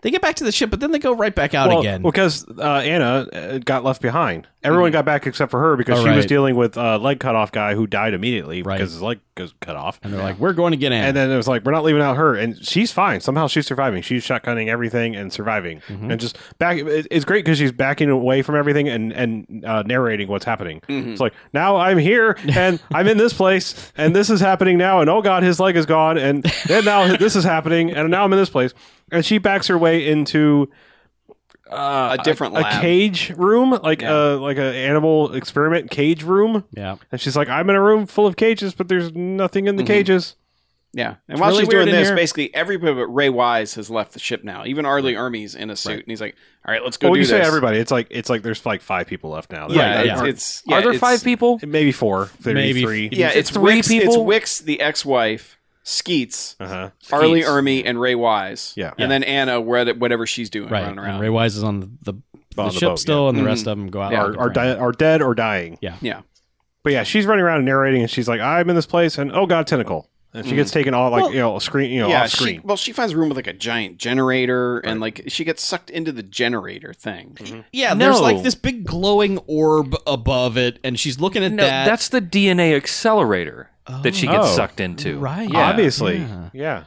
They get back to the ship, but then they go right back out well, again. Mm-hmm. because uh, Anna uh, got left behind. Everyone got back except for her because Oh, she was right. dealing with a leg cut off guy who died immediately Right. because his leg was cut off. and they're like, "We're going to get in." And then it was like, we're not leaving out her, and she's fine. Somehow she's surviving. She's shotgunning everything and surviving, Mm-hmm. and just back. it- It's great because she's backing away from everything and and uh, narrating what's happening. It's like now I'm here and I'm in this place and this is happening now, and oh god, his leg is gone, and then now this is happening, and now I'm in this place, and she backs her way into Uh, a different a lab. cage room, like a like an animal experiment cage room. yeah, And she's like, "I'm in a room full of cages, but there's nothing in the cages." Yeah, and while really she's doing weird in this, here. basically everybody but Ray Wise has left the ship now. Even Arlie Ermey's in a suit, and he's like, "All right, let's go Well, do you this." say everybody. It's like it's like there's like five people left now. yeah, Like, yeah. are- it's, it's yeah, Are there it's- five people? maybe four, maybe Maybe three. Yeah, It's it's, three Wicks, people? It's Wicks, the ex-wife, Skeets, Uh-huh. Arlie Skeets. Ermey, and Ray Wise. Yeah. and then Anna, where whatever she's doing, right. running And around. Ray Wise is on the the, on the the ship boat, still, yeah. and the rest of them go out. Yeah. looking are are, for him. di- are dead or dying. Yeah. But yeah, she's running around narrating, and she's like, "I'm in this place," and oh god, tentacle, and she gets taken all like Well, you know screen, you know, yeah, off screen. She, well, she finds a room with like a giant generator, and like she gets sucked into the generator thing. yeah, there's No. like this big glowing orb above it, and she's looking at No, that. that's the DNA accelerator that she gets Oh. sucked into. Right. Yeah. Obviously, Yeah. yeah.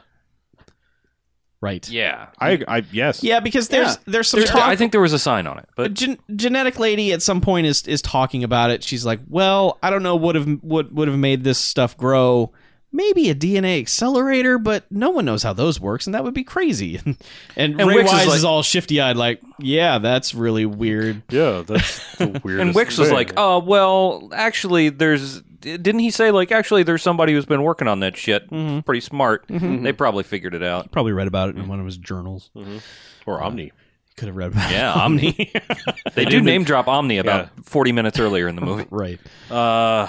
right. Yeah. I, I yes, Yeah, because there's Yeah. there's some There- talk. I think there was a sign on it, a but gen- genetic lady at some point is is talking about it. She's like, "Well, I don't know what have what would have made this stuff grow. Maybe a DNA accelerator, but no one knows how those works, and that would be crazy." and And Ray Wix is Wise is, like- all shifty eyed, like, "Yeah, that's really weird." yeah, that's the weirdest. and Wix was thing. like, "Oh well, actually, there's." Didn't he say like actually there's somebody who's been working on that shit? Mm-hmm. Pretty smart. Mm-hmm. They probably figured it out. Probably read about it in one of his journals. or Omni." Could have read about Hmm. Yeah, Omni. They do name drop Omni about 40 minutes earlier in the movie. right. Uh,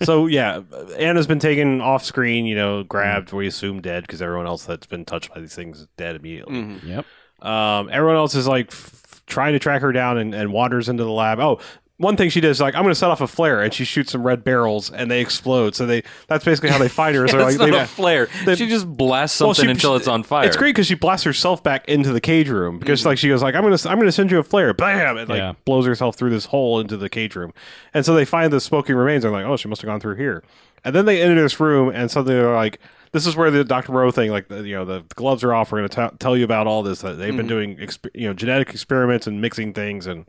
so yeah, Anna's been taken off screen, you know, grabbed. We assume dead because everyone else that's been touched by these things is dead immediately. Yep. Um, everyone else is like f- trying to track her down and, and wanders into the lab. Oh, one thing she does is like, I'm going to set off a flare, and she shoots some red barrels, and they explode. So they that's basically how they find her. So It's like, not they, a flare. they- she just blasts well, something she- until it's on fire. It's great because she blasts herself back into the cage room because like she goes like I'm gonna I'm gonna send you a flare, bam, and like Yeah. blows herself through this hole into the cage room, and so they find the smoking remains. and like, oh, she must have gone through here, and then they enter this room, and suddenly they're like, this is where the Dr. Moreau thing, like the, you know, the gloves are off. We're gonna t- tell you about all this. That they've been doing, exp- you know, genetic experiments and mixing things, and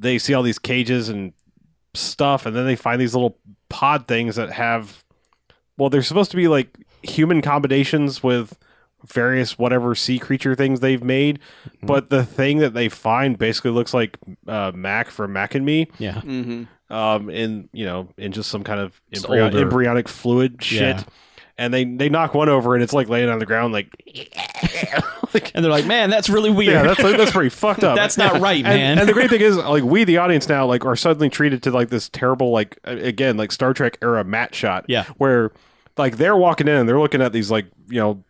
they see all these cages and stuff, and then they find these little pod things that have well, they're supposed to be like human combinations with various whatever sea creature things they've made, Mm-hmm. but the thing that they find basically looks like uh, Mac from Mac and Me, Yeah. Mm-hmm. um, in you know, in just some kind of It's embryo- older. embryonic fluid shit. Yeah. And they, they knock one over and it's like laying on the ground like And they're like, "Man, that's really weird. yeah that's, that's that's pretty fucked up not and, right, man." and the great thing is, like, we the audience now, like, are suddenly treated to like this terrible, like, a- again, like Star Trek era mat shot. Yeah. where like they're walking in and they're looking at these like you know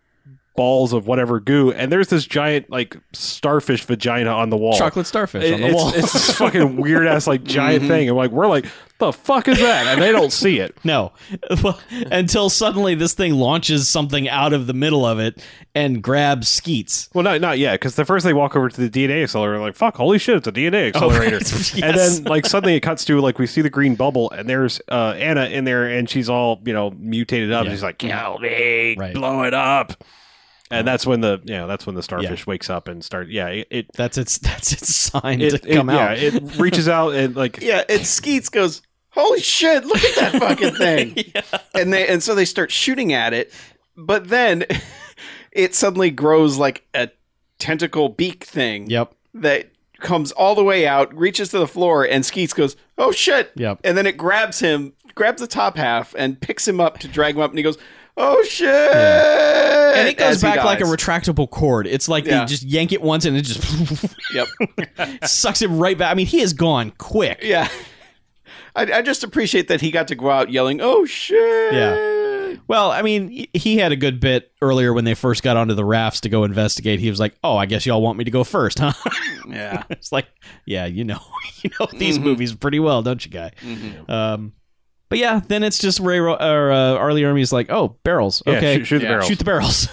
balls of whatever goo, and there's this giant like starfish vagina on the wall. Chocolate Mm-hmm. starfish It- on the it's, wall. it's this fucking weird ass like giant thing, and like we're like, the fuck is that? And they don't see it. No. Well, Until suddenly this thing launches something out of the middle of it and grabs Skeets. Well, not not yet, because the first they walk over to the DNA accelerator, like fuck, holy shit, it's a Oh, DNA accelerator. yes. And then like suddenly it cuts to like we see the green bubble, and there's uh, Anna in there, and she's all you know mutated up. Yeah. She's like, kill me, Right. blow it up. And that's when the you know that's when the starfish wakes up and start yeah it it, That's its that's its sign it, to it- come yeah out. it reaches out and like Yeah, and Skeets goes, "Holy shit! Look at that fucking thing!" And they and so they start shooting at it, but then it suddenly grows like a tentacle beak thing Yep. that comes all the way out, reaches to the floor, and Skeets goes, "Oh shit!" Yep. And then it grabs him, grabs the top half, and picks him up to drag him up, and he goes, "Oh shit!" Eh, And it as goes he back like a dies. retractable cord. It's like Yeah. they just yank it once and it just yep. sucks it right back. I mean, he is gone quick. Yeah. I, I just appreciate that he got to go out yelling, "Oh shit!" Yeah. Well, I mean, he- he had a good bit earlier when they first got onto the rafts to go investigate. He was like, "Oh, I guess y'all want me to go first, huh?" Yeah. it's like, yeah, you know, you know these Mm-hmm. movies pretty well, don't you, guy? Um, but yeah, then it's just Ray Ro- or uh, Arlie Army's like, oh, barrels, Yeah, okay, shoot- shoot the barrels. shoot the barrels.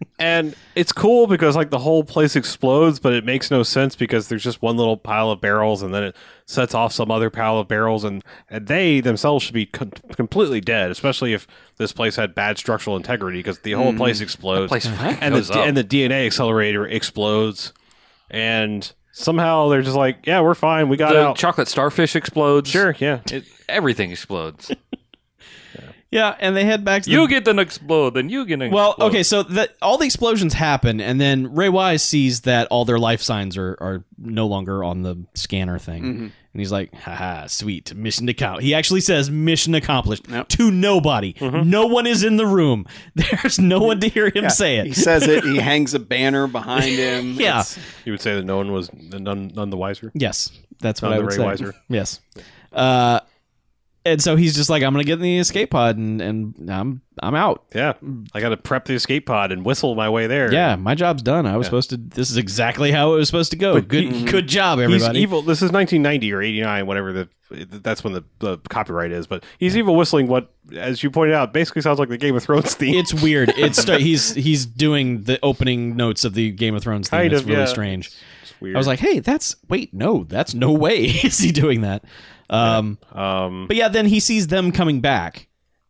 and it's cool because like the whole place explodes, but it makes no sense because there's just one little pile of barrels, and then it sets off some other pile of barrels, and, and they themselves should be com- completely dead, especially if this place had bad structural integrity because the whole place explodes, Mm. place fucking and the goes up. and the DNA accelerator explodes, and somehow they're just like, yeah, we're fine, we got the out. chocolate starfish explodes. sure, yeah. It, everything explodes. yeah, and they head back to you the- get an explode, and you get an well, explode. okay, so the, all the explosions happen, and then Ray Wise sees that all their life signs are, are no longer on the scanner thing. Mm-hmm. And he's like, haha, sweet, mission accomplished. He actually says mission accomplished Yep. to nobody. Mm-hmm. No one is in the room. There's no one to hear him say He it. says it. He hangs a banner behind him. Yeah. It's- You would say that no one was none, none the wiser. Yes, that's what Not I the would Ray say. Weiser. Yes, uh, and so he's just like, I'm gonna get in the escape pod and, and I'm I'm out. Yeah, Mm. I got to prep the escape pod and whistle my way there. Yeah, my job's done. I was Yeah. supposed to. This is exactly how it was supposed to go. good, good job, he's everybody. evil. This is 1990 or 89, whatever the that's when the, the copyright is. But he's evil whistling what, as you pointed out, basically sounds like the Game of Thrones theme. It's weird. It's start, he's he's doing the opening notes of the Game of Thrones thing. Kind It's of, really yeah. strange. It's weird. I was like, hey, that's wait, no, that's no way is he doing that. Um, um, but yeah, then he sees them coming back,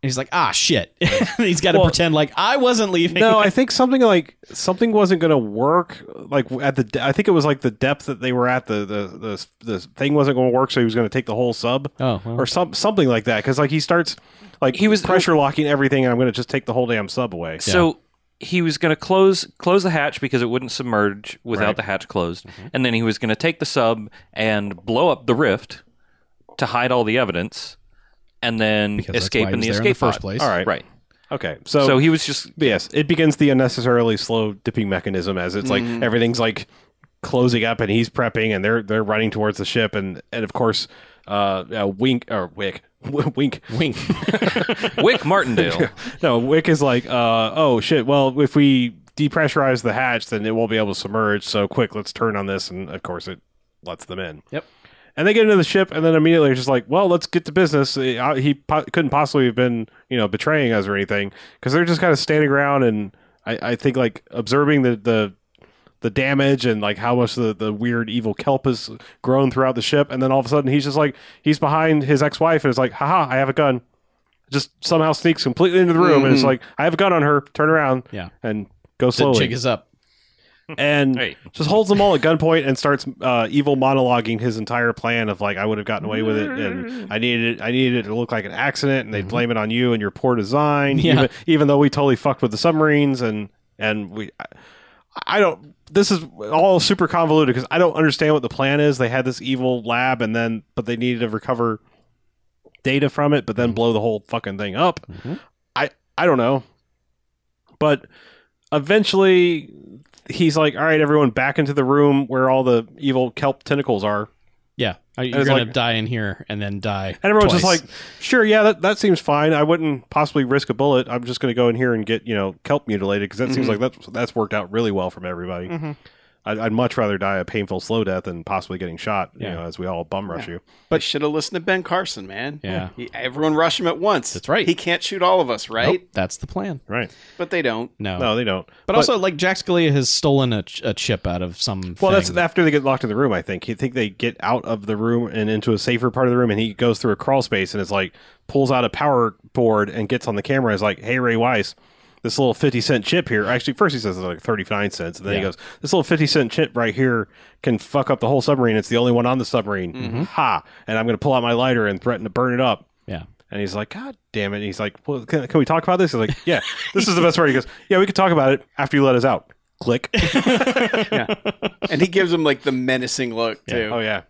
and he's like, ah, shit. and he's got to pretend like I wasn't leaving. no, I think something like something wasn't going to work. Like at the, de- I think it was like the depth that they were at. The the the, the thing wasn't going to work, so he was going to take the whole sub. Oh, well. or some something like that. Because like he starts like he was pressure locking everything, and I'm going to just take the whole damn sub away. So he was going to close close the hatch because it wouldn't submerge without Right. the hatch closed, Mm-hmm. and then he was going to take the sub and blow up the rift to hide all the evidence, and then Because that's escape why in he the was there escape in the first pod. place. All right. right? Okay, So, so, he was just yes, it begins the unnecessarily slow dipping mechanism as it's like everything's like closing up, and he's prepping, and they're they're running towards the ship, and and of course, uh, uh wink or wick. Wink. Wink. Wick Martindale. No, Wick is like, uh, oh shit. Well, if we depressurize the hatch, then it won't be able to submerge. So quick, let's turn on this, and of course, it lets them in. Yep. And they get into the ship, and then immediately just like, well, let's get to business. He uh, he po- couldn't possibly have been, you know, betraying us or anything, because they're just kind of standing around and I, I think like observing the the the damage and like how much the, the weird evil kelp has grown throughout the ship, and then all of a sudden he's just like he's behind his ex wife and is like, haha, I have a gun. Just somehow sneaks completely into the room and it's like, I have a gun on her. Turn around. Mm-hmm. Yeah. And go The slowly jig is up. and Hey. just holds them all at gunpoint and starts uh, evil monologuing his entire plan of like I would have gotten away with it and I needed it I needed it to look like an accident and they would blame it on you and your poor design Yeah. even, even though we totally fucked with the submarines and and we I, I don't this is all super convoluted because I don't understand what the plan is they had this evil lab and then but they needed to recover data from it but then blow the whole fucking thing up I I don't know but eventually he's like, "All right, everyone, back into the room where all the evil kelp tentacles are." Yeah, Uh, you're it's gonna like- die in here and then die. And everyone's twice. just like, "Sure, yeah, that, that seems fine. I wouldn't possibly risk a bullet. I'm just going to go in here and get you know kelp mutilated because that seems like that's that's worked out really well from everybody. I'd, I'd much rather die a painful slow death than possibly getting shot. You know, as we all bum rush you. But should have listened to Ben Carson, man. Yeah. He, everyone rush him at once. That's right. He can't shoot all of us, right? Nope, that's the plan. Right? But they don't. No. No, they don't. But, also, like Jack Scalia has stolen a, ch- a chip out of some. Well, thing. that's after they get locked in the room. I think. You think they get out of the room and into a safer part of the room, and he goes through a crawl space and it's like pulls out a power board and gets on the camera. Is like, "Hey, Ray Weiss, this little fifty cent chip here." Actually, first he says it's like thirty nine cents, and then he Yeah. goes, "This little fifty cent chip right here can fuck up the whole submarine. It's the only one on the submarine. Ha!" And I'm going to pull out my lighter and threaten to burn it up. yeah. And he's like, God damn it. And he's like, Well, can, can we talk about this? He's like, Yeah, this is the best part. He goes, Yeah, we can talk about it after you let us out. Click. And he gives him like the menacing look too. Oh yeah.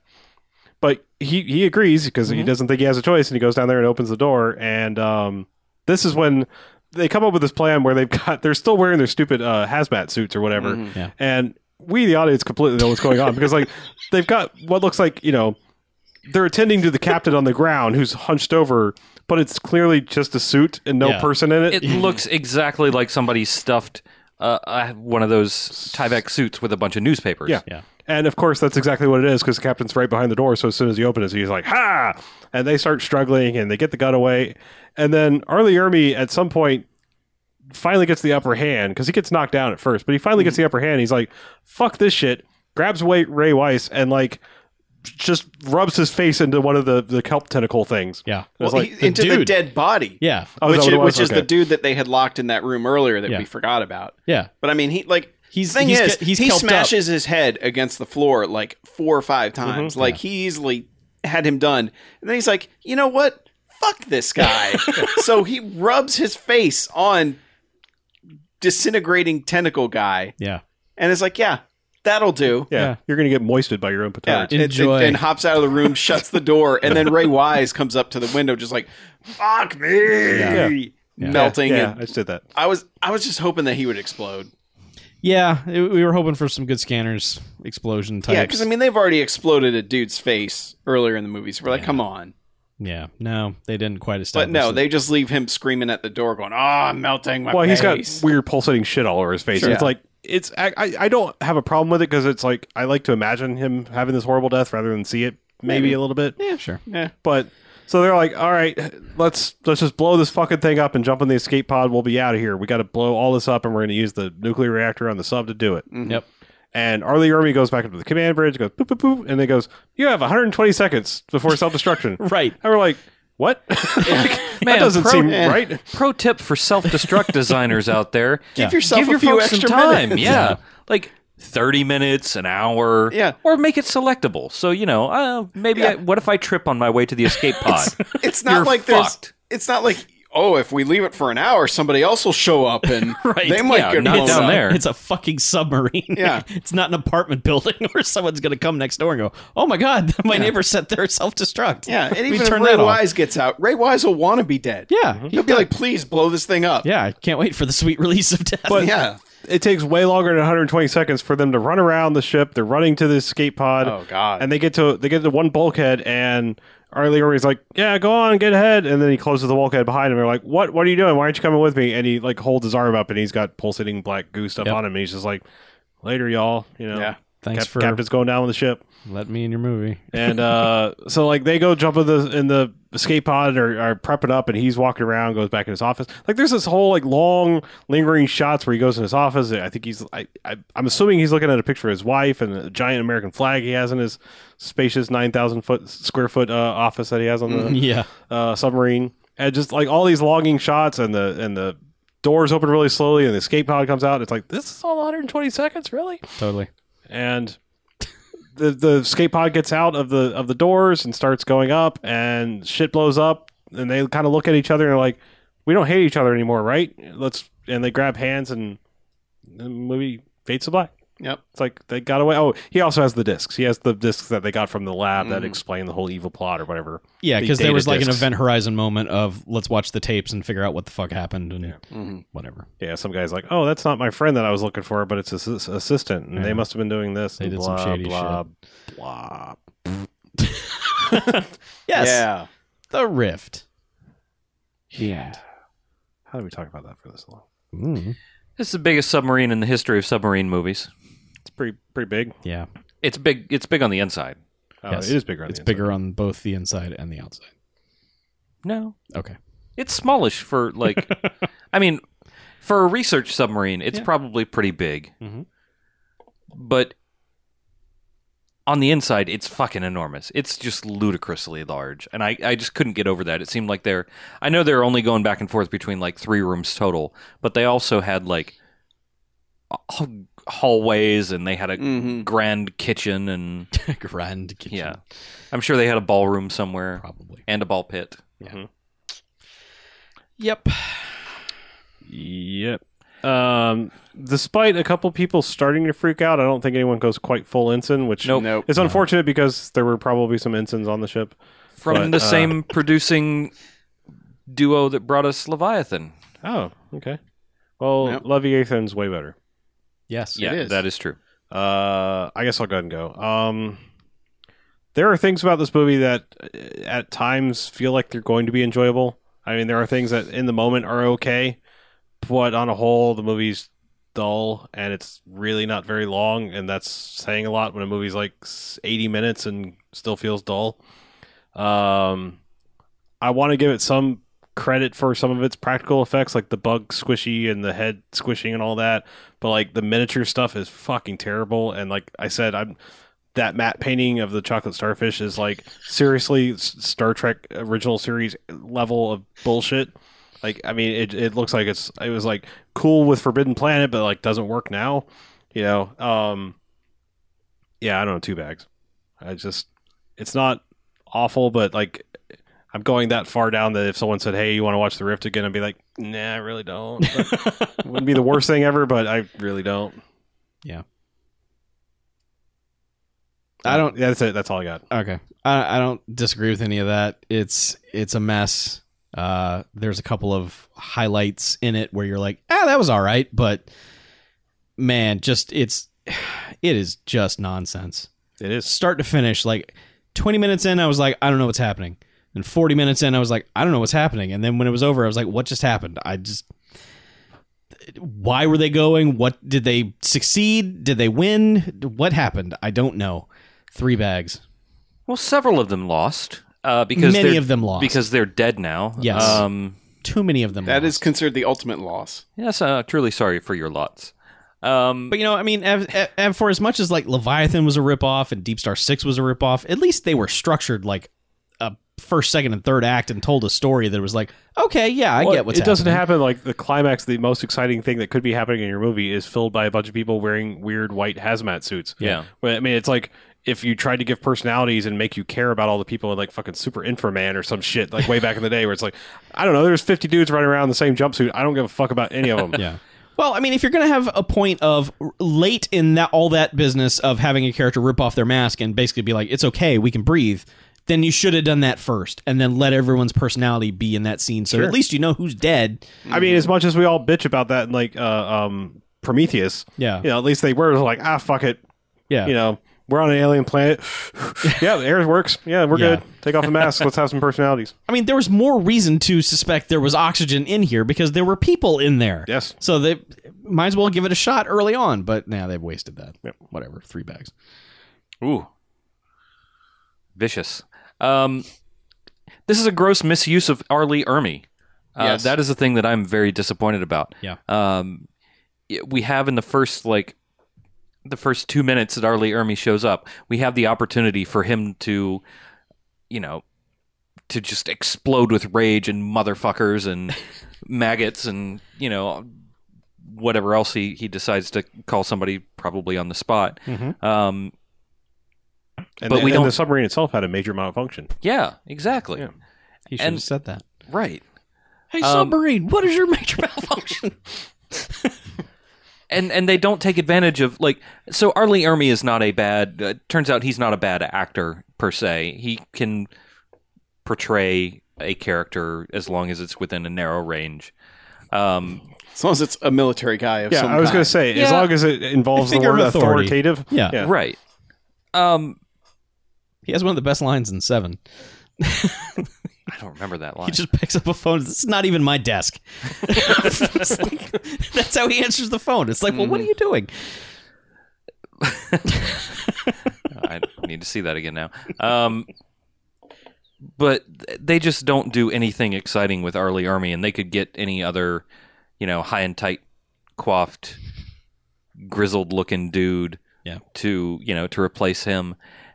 But he he agrees because he doesn't think he has a choice, and he goes down there and opens the door. And um, this is when they come up with this plan where they've got they're still wearing their stupid uh, hazmat suits or whatever, Yeah. and we the audience completely know what's going on because like they've got what looks like you know they're attending to the captain on the ground who's hunched over, but it's clearly just a suit and no Yeah. person in it. it looks exactly like somebody stuffed uh, uh, one of those Tyvek suits with a bunch of newspapers. Yeah. Yeah. And of course, that's exactly what it is because the captain's right behind the door. So as soon as he opens, he's like, ha! And they start struggling and they get the gun away. And then Arlie Ermy at some point finally gets the upper hand because he gets knocked down at first, but he finally gets Mm-hmm. the upper hand. He's like, fuck this shit. Grabs away Ray Weiss and like just rubs his face into one of the, the kelp tentacle things. Yeah. Well, It's like he- the into the dude. dead body. Yeah. Oh, is which that is, what it was? which is Okay. the dude that they had locked in that room earlier that Yeah. we forgot about. Yeah. But I mean, he like He's- thing he's is ca- he's he kelped up. smashes his head against the floor like four or five Mm-hmm. times. like he easily had him done, and then he's like, you know what? Fuck this guy. so he rubs his face on disintegrating tentacle guy, Yeah. and it's like, yeah, that'll do. yeah, Yeah. You're going to get moisted by your own Yeah, petard. and- and- Enjoy. And, hops out of the room, shuts the door, and then Ray Wise comes up to the window, just like, "Fuck me," melting. yeah, And I just did that. I was, I was just hoping that he would explode. Yeah. it- we were hoping for some good scanners explosion types. Yeah, because I mean, they've already exploded a dude's face earlier in the movie, so we're like, "Come on." Yeah, no, they didn't quite But establish. no, it. they just leave him screaming at the door, going, "Oh, I'm melting my well, face." he's got weird pulsating shit all over his face. Sure. It's like it's I, I I don't have a problem with it because it's like I like to imagine him having this horrible death rather than see it maybe, Maybe. a little bit. yeah, sure. yeah. But so they're like, all right, let's let's just blow this fucking thing up and jump in the escape pod. We'll be out of here. We got to blow all this up, and we're going to use the nuclear reactor on the sub to do it. Mhm. Yep. And Arlie Ermy goes back up to the command bridge, goes boop boop boop, and then goes, "You have 120 seconds before self destruction." and Right. we're like, "What? Like, that Man, doesn't pro- seem Yeah. right." Pro tip for self-destruct designers out there: Give yourself give a your few folks extra some time. minutes. Yeah, like thirty minutes, an hour. Yeah. or make it selectable. So you know, uh, maybe Yeah. I, what if I trip on my way to the escape pod? It's not You're like there's. fucked. It's not like oh, if we leave it for an hour, somebody else will show up and Right, they might yeah, get not blown down up. there. It's a fucking submarine. Yeah. it's not an apartment building where someone's going to come next door and go, "Oh my god, my neighbor set their self destruct." Yeah, and we even if turned Ray that off. Wise gets out, Ray Wise will want to be dead. Yeah, he'll be like, "Please blow this thing up." yeah. I can't wait for the sweet release of death. But Yeah. it takes way longer than 120 seconds for them to run around the ship. They're running to the escape pod. Oh, God. And they get to they get to one bulkhead, and Arlie Ermy's like, "Yeah, go on, get ahead." And then he closes the bulkhead behind him. They're like, "What? What are you doing? Why aren't you coming with me?" And he like holds his arm up, and he's got pulsating black goo stuff Yep. on him. And he's just like, "Later, y'all. You know, Yeah. Thanks Cap- for Captain's going down with the ship." letting me in your movie. And uh, so like they go jump in the in the escape pod or, or prep it up, and he's walking around, goes back in his office. Like there's this whole like long lingering shots where he goes in his office. I think he's I, I I'm assuming he's looking at a picture of his wife and a giant American flag he has in his spacious nine thousand foot square foot uh, office that he has on the Yeah, uh, submarine, and just like all these longing shots and the and the doors open really slowly and the escape pod comes out. It's like this is all 120 seconds, really totally. and the the skate pod gets out of the of the doors and starts going up and shit blows up and they kind of look at each other and are like we don't hate each other anymore right let's and they grab hands and the movie fades to black Yep. it's like they got away oh he also has the discs he has the discs that they got from the lab Mm-hmm. that explain the whole evil plot or whatever The Yeah, because there data was like an discs. Event Horizon moment of let's watch the tapes and figure out what the fuck happened and Mhm. whatever. yeah some guy's like oh that's not my friend that i was looking for but it's his ass- assistant and Yeah. they must have been doing this They and did some blah, shady blah, blah Yes, Yeah. the rift. yeah how do we talk about that for this long Mm-hmm. this is the biggest submarine in the history of submarine movies. it's pretty pretty big Yeah, It's big. It's big on the inside. Oh, Yes. it is bigger. On it's the inside. bigger on both the inside and the outside. No, Okay. it's smallish for like. I mean, for a research submarine, it's probably pretty big. Mhm. But on the inside, it's fucking enormous. It's just ludicrously large, and I, I just couldn't get over that. It seemed like they're. I know they're only going back and forth between like three rooms total, but they also had like h- hallways, and they had a Mhm. grand kitchen, and Grand kitchen. yeah, I'm sure they had a ballroom somewhere probably. and a ball pit. Yep. Yep. Um, despite a couple people starting to freak out, I don't think anyone goes quite full ensign, which Nope. Nope. is unfortunate because there were probably some ensigns on the ship. from But, the uh, same producing duo that brought us Leviathan. Oh, okay. Well, Yep. Leviathan's way better. Yes. yeah, is. that is true. Uh, I guess I'll go ahead and go. Um, there are things about this movie that uh, at times feel like they're going to be enjoyable. I mean, there are things that in the moment are okay, but on a whole, the movie's dull and it's really not very long, and that's saying a lot when a movie's like s- 80 minutes and still feels dull. Um, I want to give it some credit for some of its practical effects, like the bug squishy and the head squishing and all that. But like the miniature stuff is fucking terrible. And like I said, I'm that matte painting of the chocolate starfish is like seriously S- Star Trek original series level of bullshit. Like I mean, it it looks like it's it was like cool with Forbidden Planet, but like doesn't work now. You know, um, yeah, I don't know, two bags. I just it's not awful, but like I'm going that far down that if someone said, "Hey, you want to watch The Rift again?" I'd be like, "Nah, I really don't." Wouldn't be the worst thing ever, but I really don't. I don't. That's it. That's all I got. Okay. I, I don't disagree with any of that. It's it's a mess. Uh, there's a couple of highlights in it where you're like, ah, that was all right, but man, just it's it is just nonsense. It is. start to finish, like 20 minutes in, I was like, I don't know what's happening. And And 40 minutes in, I was like, I don't know what's happening. And then when it was over, I was like, what just happened? I just. Why were they going? What did they succeed? Did they win? What happened? I don't know. Three bags. Well, several of them lost uh, because Many they're- of them lost. because they're dead now. Yes. Um, Too many of them. That lost. is considered the ultimate loss. yes. Uh, truly sorry for your lots. Um, But you know, I mean, av- av- av- for as much as like Leviathan was a ripoff and Deep Star Six was a ripoff, at least they were structured like a first, second, and third act and told a story that was like, okay, yeah, I Well, get what's it doesn't happening. happen like the climax. The most exciting thing that could be happening in your movie is filled by a bunch of people wearing weird white hazmat suits. Yeah. Well, I mean, it's like if you tried to give personalities and make you care about all the people in like fucking Super Inframan or some shit like way back in the day, where it's like, I don't know, there's 50 dudes running around in the same jumpsuit. I don't give a fuck about any of them. Yeah. Well, I mean, if you're going to have a point of r- late in that all that business of having a character rip off their mask and basically be like, it's okay, we can breathe, then you should have done that first and then let everyone's personality be in that scene. So at least you know who's dead. I mean, as much as we all bitch about that, in like uh, um, Prometheus, Yeah. you know, at least they were like, ah, fuck it, Yeah. you know, we're on an alien planet. yeah, the air works. Yeah, we're Yeah. good. Take off the mask. Let's have some personalities. I mean, there was more reason to suspect there was oxygen in here because there were people in there. Yes. So they might as well give it a shot early on, but now they've wasted that. Whatever, three bags. Ooh. Vicious. Um, this is a gross misuse of Arlie Ermy. Uh, Yes. That is the thing that I'm very disappointed about. Yeah. Um, y- we have in the first, like, the first two minutes that Arlie Ermy shows up, we have the opportunity for him to, you know, to just explode with rage and motherfuckers and maggots and, you know, whatever else he, he decides to call somebody probably on the spot. Um, And But the, we and don't- the submarine itself had a major malfunction. Yeah, exactly. Yeah. He should And- have said that. Right. Hey, Um, submarine, what is your major malfunction? And and they don't take advantage of like so Arlie Ermy is not a bad uh, turns out he's not a bad actor per se. He can portray a character as long as it's within a narrow range. Um, As long as it's a military guy of Yeah, some I was kind. going to say, as Yeah. long as it involves the Figure word of authority. authoritative. Yeah. right. Um, he has one of the best lines in Seven. I don't remember that line. He just picks up a phone. This is not even my desk. It's like- that's how he answers the phone. It's like, well, what are you doing? I need to see that again now. Um, but th- they just don't do anything exciting with Arlie Army, and they could get any other, you know, high and tight, coiffed, grizzled looking dude Yeah. to you know to replace him,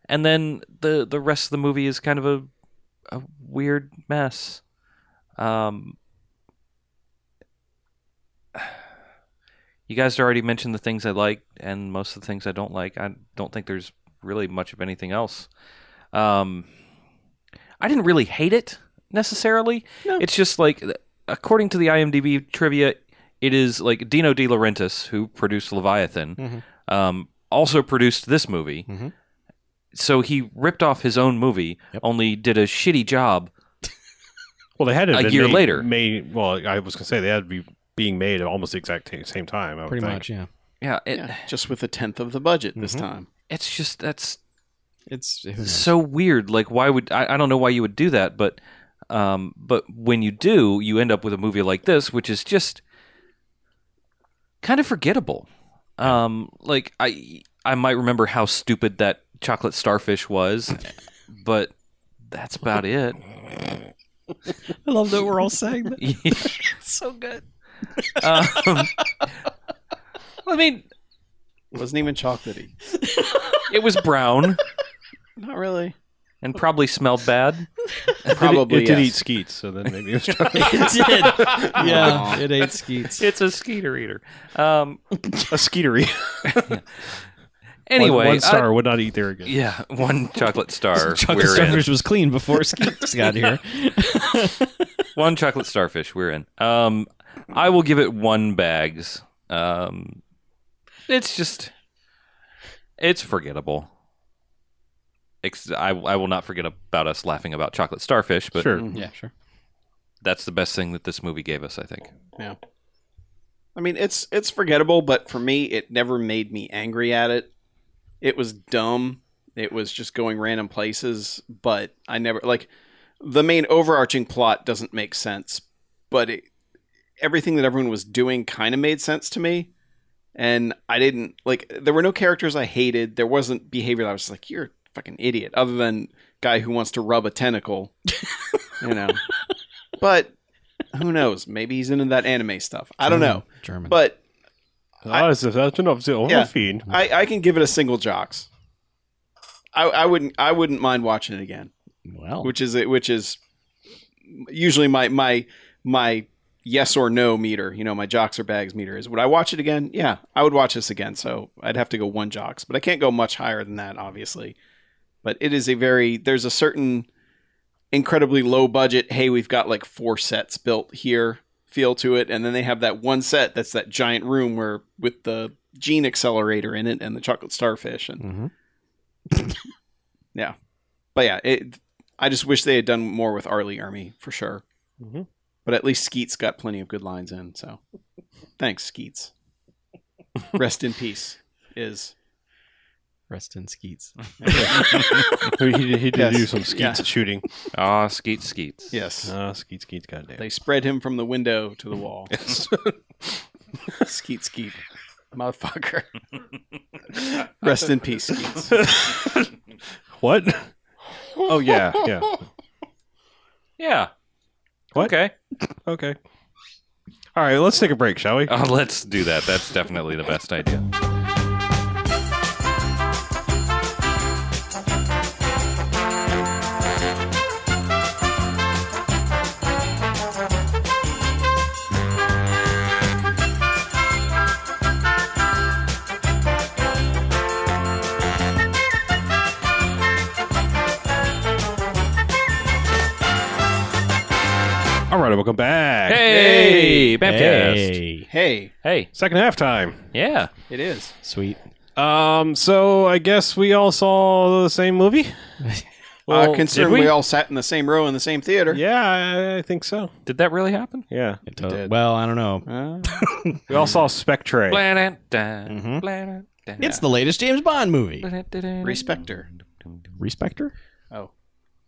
and then the the rest of the movie is kind of a a weird mess. Um, you guys already mentioned the things I like and most of the things I don't like. I don't think there's really much of anything else. Um, I didn't really hate it necessarily. It's just like, according to the IMDb trivia, it is like Dino De Laurentiis, who produced Leviathan, um, also produced this movie. So he ripped off his own movie, only did a shitty job. Well, they had it A been year made- later. Made, well, I was going to say they had to be being made at almost the exact t- same time. I would Pretty think. much, yeah. Yeah, it, Yeah, just with a tenth of the budget this Mm-hmm. time. it's just that's It's so weird. Like, why would I, I don't know why you would do that, but um, but when you do, you end up with a movie like this, which is just kind of forgettable. Um, like I I might remember how stupid that chocolate starfish was, but that's about it. I love that we're all saying that. so good. Um, I mean, Wasn't even chocolatey. it was brown Not really. and probably smelled bad. Probably. It did yes. eat skeets, so then maybe it was it did. Yeah, it ate skeets. It's a skeeter eater. Um, a skeetery. anyway, one, one I- star would not eat there again. Yeah, one chocolate star. Chocolate we're in. starfish was clean before Skeets got here. One chocolate starfish. We're in. Um, I will give it one bags. Um, it's just, it's forgettable. Ex- I, I will not forget about us laughing about chocolate starfish, but sure. yeah, sure. that's the best thing that this movie gave us. I think. Yeah. I mean, it's it's forgettable, but for me, it never made me angry at it. It was dumb. It was just going random places, but I never like the main overarching plot doesn't make sense, but it, everything that everyone was doing kind of made sense to me. And I didn't like there were no characters I hated. There wasn't behavior that I was like, you're a fucking idiot, other than guy who wants to rub a tentacle. you know. But who knows? Maybe he's into that anime stuff. I don't know. German. But Ah, it's such an obscene Yeah. fiend. I, I can give it a single jocks. I, I wouldn't I wouldn't mind watching it again. well, which is which is usually my my my yes or no meter. You know, my jocks or bags meter is. Would I watch it again? Yeah, I would watch this again. So I'd have to go one jocks, but I can't go much higher than that, obviously. But it is a very there's a certain incredibly low budget. Hey, we've got like four sets built here feel to it, and then they have that one set that's that giant room where with the gene accelerator in it and the chocolate starfish and Mhm. yeah but yeah it I just wish they had done more with Arlie Ermy for sure. Mhm. But at least Skeets got plenty of good lines in. So thanks, Skeets. Rest in peace. Is rest in skeets. he, did- he did Yes. do some skeets Yeah. shooting. Ah, skeet skeets. yes. Ah, skeet, skeet, goddamn. Uh, They spread him from the window to the wall. Skeet Skeet, motherfucker. Rest in peace, Skeets. What? Oh yeah, yeah. Yeah. What? Okay. Okay. All right, let's take a break, shall we? Uh, let's do that. That's definitely the best idea. All right, welcome back. Hey, Bapcast. Hey. Hey, Hey, Second half time. Yeah. it is. sweet. Um, so I guess we all saw the same movie. uh, considering did we? we? all sat in the same row in the same theater. Yeah, I, I think so. Did that really happen? Yeah, It does- well, I don't know. Uh, we all saw Spectre. Planet. Mm-hmm. Mhm. Planet. It's the latest James Bond movie. Respector. Respector. Oh.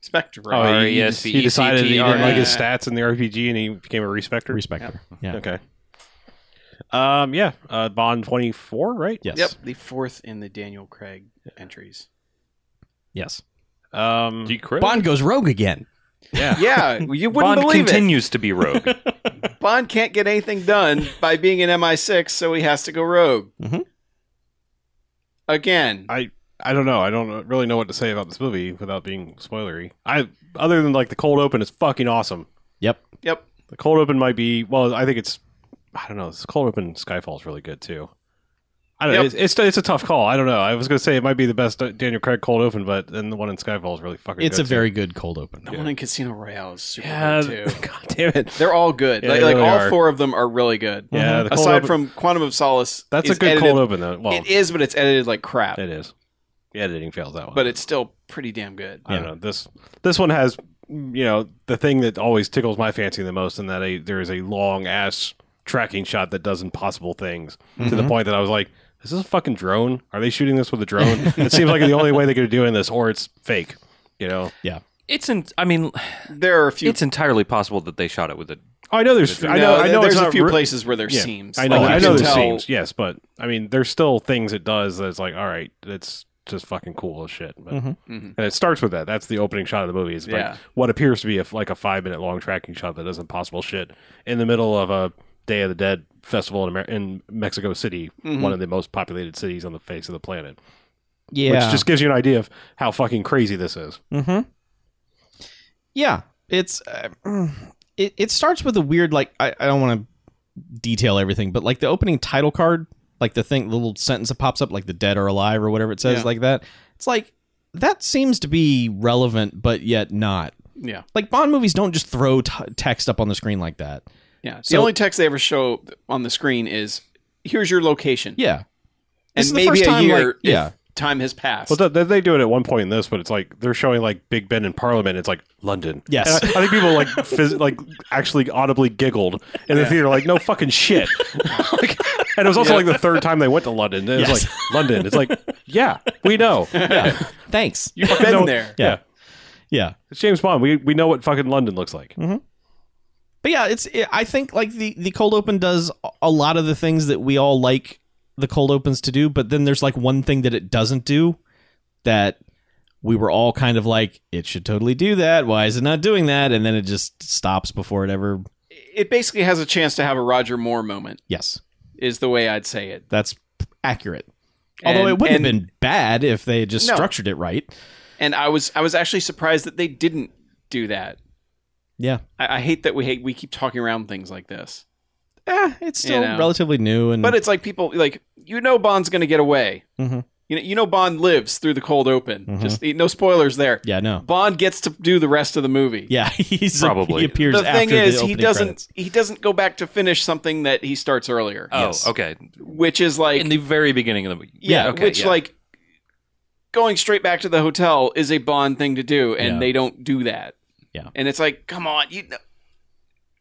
Spectre. Oh, he- he, R E S just- P E he decided C he T didn't R like his E. stats in the RPG, and he became a respecter. Respector. Yeah. Okay. Um. Yeah. Uh. Bond twenty four. Right. Yes. Yep, the fourth in the Daniel Craig entries. Yes. Um. Bond goes rogue again. yeah. Yeah, you wouldn't Bond believe continues to be rogue. it. Bond can't get anything done by being in MI6, so he has to go rogue. Mhm. Again. Mm-hmm. I I don't know. I don't really know what to say about this movie without being spoilery. I other than like the cold open is fucking awesome. Yep. yep. The cold open might be well. I think it's I don't know. This cold open Skyfall is really good too. I don't. Yep. It's, it's it's a tough call. I don't know. I was gonna say it might be the best uh, Daniel Craig cold open, but then the one in Skyfall is really fucking. It's good, a too. very good cold open. The one in Casino Royale is super yeah. good, too. God damn it. They're all good. Yeah, like they like really all are. four of them are really good. Yeah. The cold Aside open- from Quantum of Solace. that's a is good edited, cold open though. Well, It is, but it's edited like crap. It is. The editing fails that one, But it's still pretty damn good. I don't know. This this one has you know the thing that always tickles my fancy the most, and that a, there is a long ass tracking shot that does impossible things to the point that I was like, "Is this a fucking drone? Are they shooting this with a drone?" it seems like the only way they could do in this, or it's fake. You know, it's in. I mean, There are a few. it's entirely possible that they shot it with a. I know there's, I know, no, I know there's it's a not few re- places where there Yeah. seems. I know, Like, I you know can there's tell- seams, yes, but I mean, there's still things it does that's like, all right, it's just fucking cool as shit. But Mhm. And it starts with that. That's the opening shot of the movie. It's Yeah. like what appears to be a, like a five minute long tracking shot that does impossible shit in the middle of a Day of the Dead festival in, Amer- in Mexico City, Mm-hmm. one of the most populated cities on the face of the planet. Yeah. Which just gives you an idea of how fucking crazy this is. Mm-hmm. Yeah, it's uh, mm, it. It starts with a weird like I, I don't want to detail everything, but like the opening title card, like the thing, the little sentence that pops up, like the dead or alive or whatever it says, Yeah. like that. It's like that seems to be relevant, but yet not. Yeah. Like Bond movies don't just throw t- text up on the screen like that. Yeah. So- the only text they ever show on the screen is here's your location. Yeah, And This is the maybe first a time, year like- if yeah. time has passed. Well, th- they do it at one point in this, but it's like they're showing like Big Ben in Parliament. It's like London. Yes. And I, I think people like phys- like actually audibly giggled in the theater, like no fucking shit. like, and it was also like the third time they went to London. It was Yes. like London. It's like yeah, we know. thanks. You've No- been there. Yeah. yeah. It's James Bond. We we know what fucking London looks like. But yeah, it's it, I think like the the cold open does a lot of the things that we all like the cold opens to do, but then there's like one thing that it doesn't do that we were all kind of like it should totally do that. Why is it not doing that? And then it just stops before it ever It basically has a chance to have a Roger Moore moment, Yes, is the way I'd say it. that's accurate. Although And- it wouldn't and- have been bad if they had just No. structured it right. And I was I was actually surprised that they didn't do that. Yeah. I, I hate that we hate we keep talking around things like this. Eh, it's still You know. relatively new and But it's like people like you know Bond's going to get away. Mhm. You know you know Bond lives through the cold open. Mm-hmm. Just no spoilers there. yeah, no. Bond gets to do the rest of the movie. Yeah, he's Probably. he appears The thing after is, the he opening doesn't credits. he doesn't go back to finish something that he starts earlier, Oh, Yes. okay. which is like In the very beginning of the movie. yeah, okay, which yeah. like going straight back to the hotel is a Bond thing to do, and Yeah. they don't do that. Yeah. and it's like, come on, you. Know,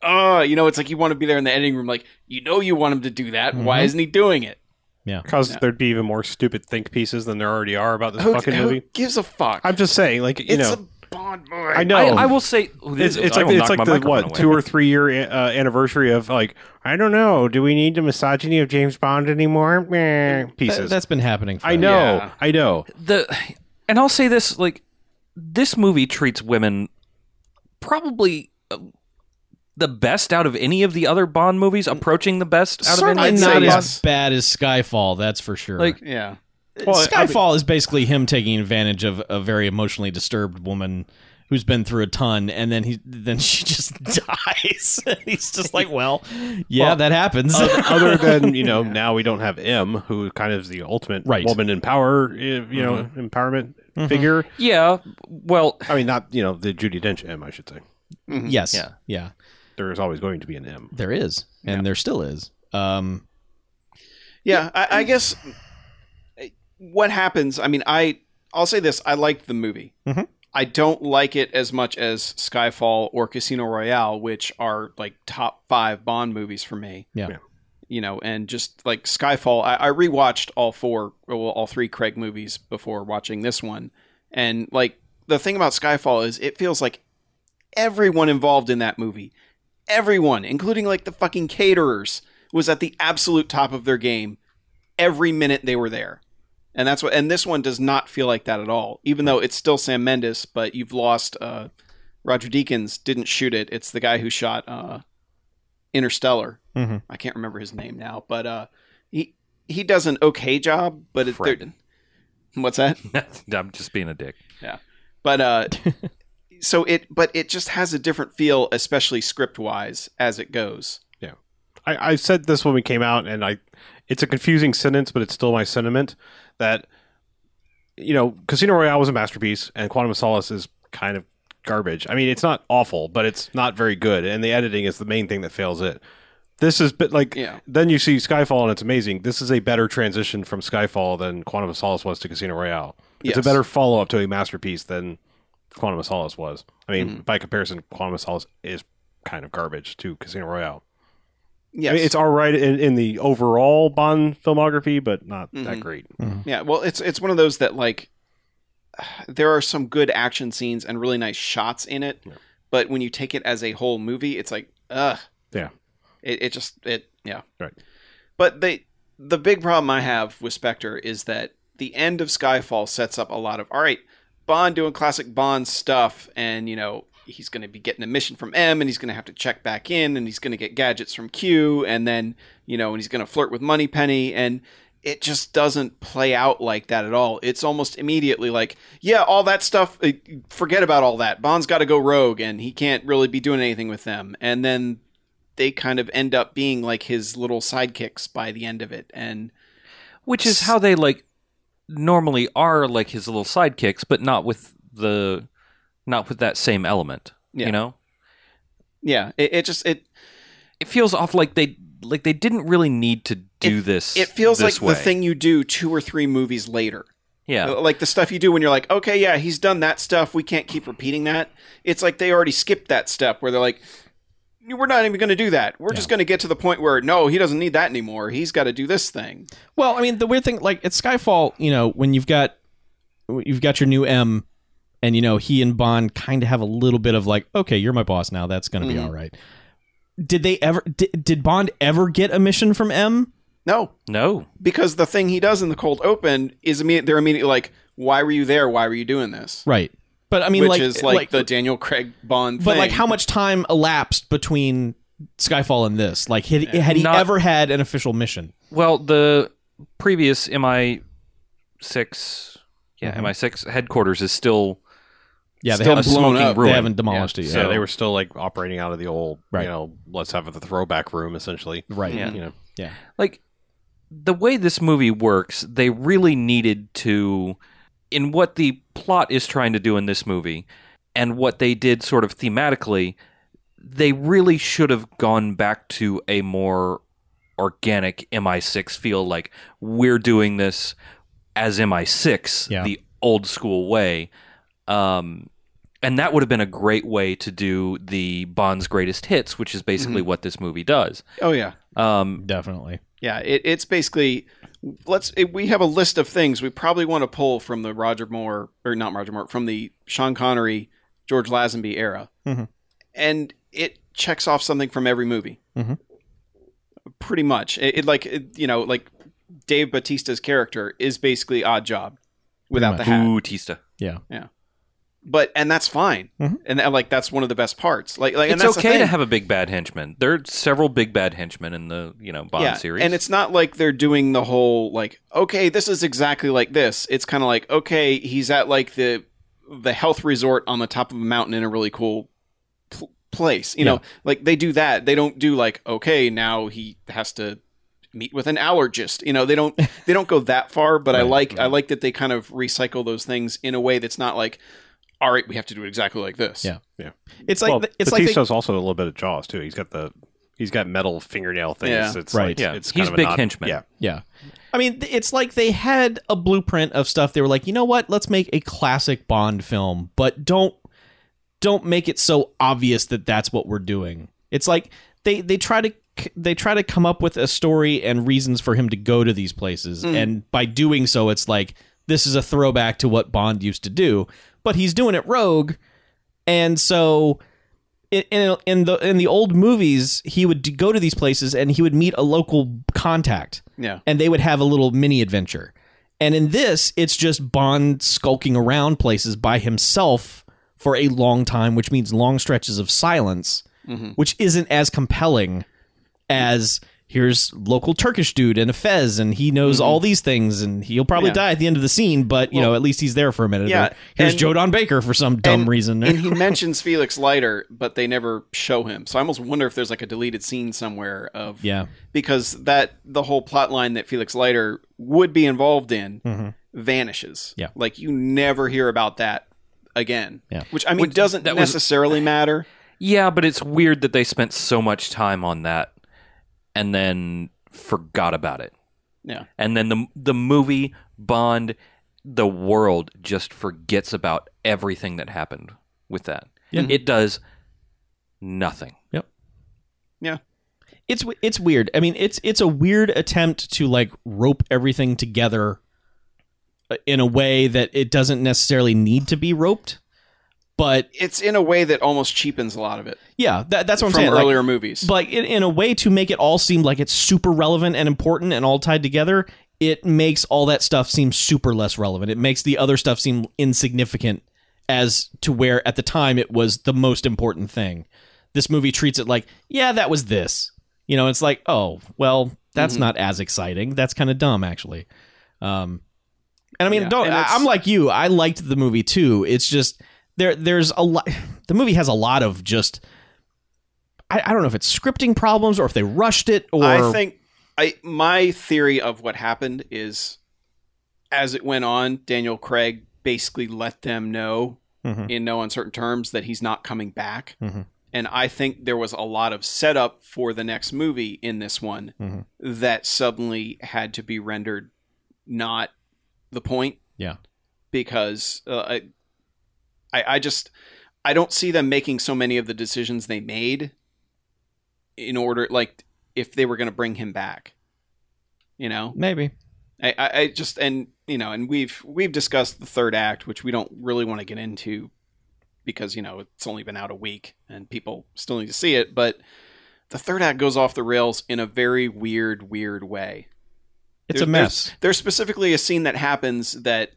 uh, you know, it's like you want to be there in the editing room, like you know, you want him to do that. Why Mm-hmm. isn't he doing it? Because there'd be even more stupid think pieces than there already are about this Who, fucking who movie. gives a fuck? I'm just saying, like you it's know, a Bond movie. I know. I, I will say oh, It's, this- it's I like will it's knock like my the microphone what away. two or three year uh, anniversary of like I don't know. Do we need the misogyny of James Bond anymore? Meh, That- Pieces. that's been happening for I a know. Yeah. I know. the and I'll say this like this movie treats women probably uh, the best out of any of the other Bond Mm. movies, approaching the best out Certainly of any. I'd say not as yes. bad as Skyfall, that's for sure. Like, Yeah, Well, I mean- Skyfall is basically him taking advantage of a very emotionally disturbed woman who's been through a ton, and then he then she just dies. He's just like, well, yeah, that happens. uh, Other than you know, now we don't have M, who kind of is the ultimate Right. woman in power, uh, you Mm-hmm. know, empowerment Mm-hmm. figure. Yeah, well, I mean, not you know the Judy Dench M, I should say. yes, yeah. Yeah. There is always going to be an M. there is, and there still is. Um, yeah. I, I guess uh, what happens. I mean, I I'll say this. I liked the movie. Mhm. I don't like it as much as Skyfall or Casino Royale, which are like top five Bond movies for me. Yeah. Yeah. You know, and just like Skyfall, I, I rewatched all four, well, all three Craig movies before watching this one, and like the thing about Skyfall is it feels like everyone involved in that movie, everyone, including like the fucking caterers, was at the absolute top of their game every minute they were there. And that's what and this one does not feel like that at all. Even though it's still Sam Mendes, but you've lost uh Roger Deakins didn't shoot it. It's the guy who shot uh Interstellar. Mhm. I can't remember his name now, but uh he he does an okay job, but it, Fred. what's that? I'm just being a dick. but uh so it but it just has a different feel especially script wise as it goes I, I said this when we came out, and I, it's a confusing sentence, but it's still my sentiment that, you know, Casino Royale was a masterpiece, and Quantum of Solace is kind of garbage. I mean, it's not awful, but it's not very good, and the editing is the main thing that fails it. This is bit like Yeah. then you see Skyfall and it's amazing. This is a better transition from Skyfall than Quantum of Solace was to Casino Royale. It's Yes. a better follow up to a masterpiece than Quantum of Solace was. I mean, Mm-hmm. by comparison, Quantum of Solace is kind of garbage to Casino Royale. yes I mean, it's all right in, in the overall Bond filmography, but not that Mhm. great. yeah well it's it's one of those that like there are some good action scenes and really nice shots in it Yeah. but when you take it as a whole movie it's like ugh Yeah. it, it just it yeah Right. but they the big problem i have with spectre is that the end of skyfall sets up a lot of all right bond doing classic bond stuff and you know he's going to be getting a mission from m and he's going to have to check back in and he's going to get gadgets from q and then you know and he's going to flirt with money penny and it just doesn't play out like that at all it's almost immediately like yeah all that stuff uh, forget about all that bond's got to go rogue and he can't really be doing anything with them and then they kind of end up being like his little sidekicks by the end of it and Which is how they like normally are like his little sidekicks, but not with the not with that same element. Yeah. You know, yeah it, it just it it feels off like they like they didn't really need to do It- this. it feels this like way. the thing Oh. you do two or three movies later Yeah, Uh, like the stuff you do when you're like okay yeah he's done that stuff we can't keep repeating that it's like they already skipped that step where they're like we're not even going to do that we're just going to get to the point where no he doesn't need that anymore he's got to do this thing well, I mean, the weird thing, like at Skyfall, you know, when you've got you've got your new M, And you know, he and Bond kind of have a little bit of like, okay, you're my boss now. That's going to be Mhm. all right. Did they ever? Did, did Bond ever get a mission from M? No, No. because the thing he does in the cold open is immediate. They're immediately like, "Why were you there? Why were you doing this?" Right. But I mean, Which like, is like, the Daniel Craig Bond. but thing. like, how much time elapsed between Skyfall and this? Like, had, had he Not- ever had an official mission? Well, the previous MI six, yeah, Mm-hmm. Mhm. MI six headquarters is still Yeah, they Still a haven't, blown smoking up. They ruin. they haven't demolished it yet. So- yeah, they were still like operating out of the old, Right. you know, let's have the throwback room essentially. right. Yeah. You know, like the way this movie works, they really needed to in what the plot is trying to do in this movie and what they did sort of thematically, they really should have gone back to a more organic MI6 feel like we're doing this as MI6 Yeah. the old school way. Um and that would have been a great way to do the Bond's greatest hits, which is basically what this movie does. Oh yeah, Um, Definitely. yeah. It, it's basically let's. It, we have a list of things we probably want to pull from the Roger Moore or not Roger Moore from the Sean Connery, George Lazenby era, Mm-hmm. Mhm. and it checks off something from every movie. Mm-hmm. Mhm. Pretty much, it, it like it, you know like Dave Batista's character is basically Odd Job without the much. hat. Ooh, Tista. but and that's fine Mhm. and that, like that's one of the best parts like like and Mm-hmm. it's that's the okay thing. to have a big bad henchman. There are several big bad henchmen in the you know Bond yeah. series, and it's not like they're doing the whole like okay this is exactly like this it's kind of like okay he's at like the the health resort on the top of a mountain in a really cool pl- place you Yeah. know like they do that they don't do like okay now he has to meet with an allergist you know they don't they don't go that far but i Right, like i like that they kind of recycle those things in a way that's not like all right we have to do it exactly like this Yeah. Yeah. It's like well, th- it's like they- Batista's also a little bit of Jaws too. He's got the he's got metal fingernail things. Yeah. It's Right. Like, Yeah. It's He's kind of a big nod- henchman. Yeah. Yeah. I mean, th- it's like they had a blueprint of stuff. They were like, you know what? Let's make a classic Bond film, but don't don't make it so obvious that that's what we're doing. It's like they they try to c- they try to come up with a story and reasons for him to go to these places, Mhm. and by doing so, it's like this is a throwback to what Bond used to do, but he's doing it rogue, and so in, in in the in the old movies, he would d- go to these places and he would meet a local contact, yeah and they would have a little mini adventure. And in this, it's just Bond skulking around places by himself for a long time, which means long stretches of silence, Mhm. which isn't as compelling as here's local Turkish dude in a fez, and he knows all these things, and he'll probably Mm-hmm. Yeah. die at the end of the scene, but you know at least he's there for a minute. yeah, Or here's and- Joe Don Baker for some dumb and- reason. and he mentions Felix Leiter, but they never show him. So I almost wonder if there's like a deleted scene somewhere of yeah, because that the whole plot line that Felix Leiter would be involved in Mhm. vanishes. Yeah. like you never hear about that again. Yeah. which I mean Which- doesn't that was- necessarily matter. yeah, but it's weird that they spent so much time on that and then forgot about it. Yeah. and then the the movie Bond, the world just forgets about everything that happened with that. Mm-hmm. Yeah. It does nothing. it's w- it's weird. I mean, it's it's a weird attempt to like rope everything together uh, in a way that it doesn't necessarily need to be roped. But It's in a way that almost cheapens a lot of it yeah, that, that's what I'm from saying. like- earlier movies. but like, in, in a way to make it all seem like it's super relevant and important and all tied together, it makes all that stuff seem super less relevant. It makes the other stuff seem insignificant as to where at the time it was the most important thing. This movie treats it like, yeah, that was this. You know, it's like, oh, well, that's Mhm. not as exciting. That's kind of dumb, actually. Um, and I mean, Yeah, don't. and I, it's- I'm like you. I liked the movie too. It's just there. There's a lot. The movie has a lot of just. I, I don't know if it's scripting problems or if they rushed it or I think I my theory of what happened is as it went on, Daniel Craig basically let them know Mhm. in no uncertain terms that he's not coming back. Mhm. And I think there was a lot of setup for the next movie in this one Mhm. that suddenly had to be rendered not the point. Yeah. Because uh, I, I I just I don't see them making so many of the decisions they made in order like if they were going to bring him back. You know, maybe I, I, I just and you know, and we've we've discussed the third act, which we don't really want to get into because you know it's only been out a week and people still need to see it. But the third act goes off the rails in a very weird, weird way. It's There- a mess. There's specifically a scene that happens that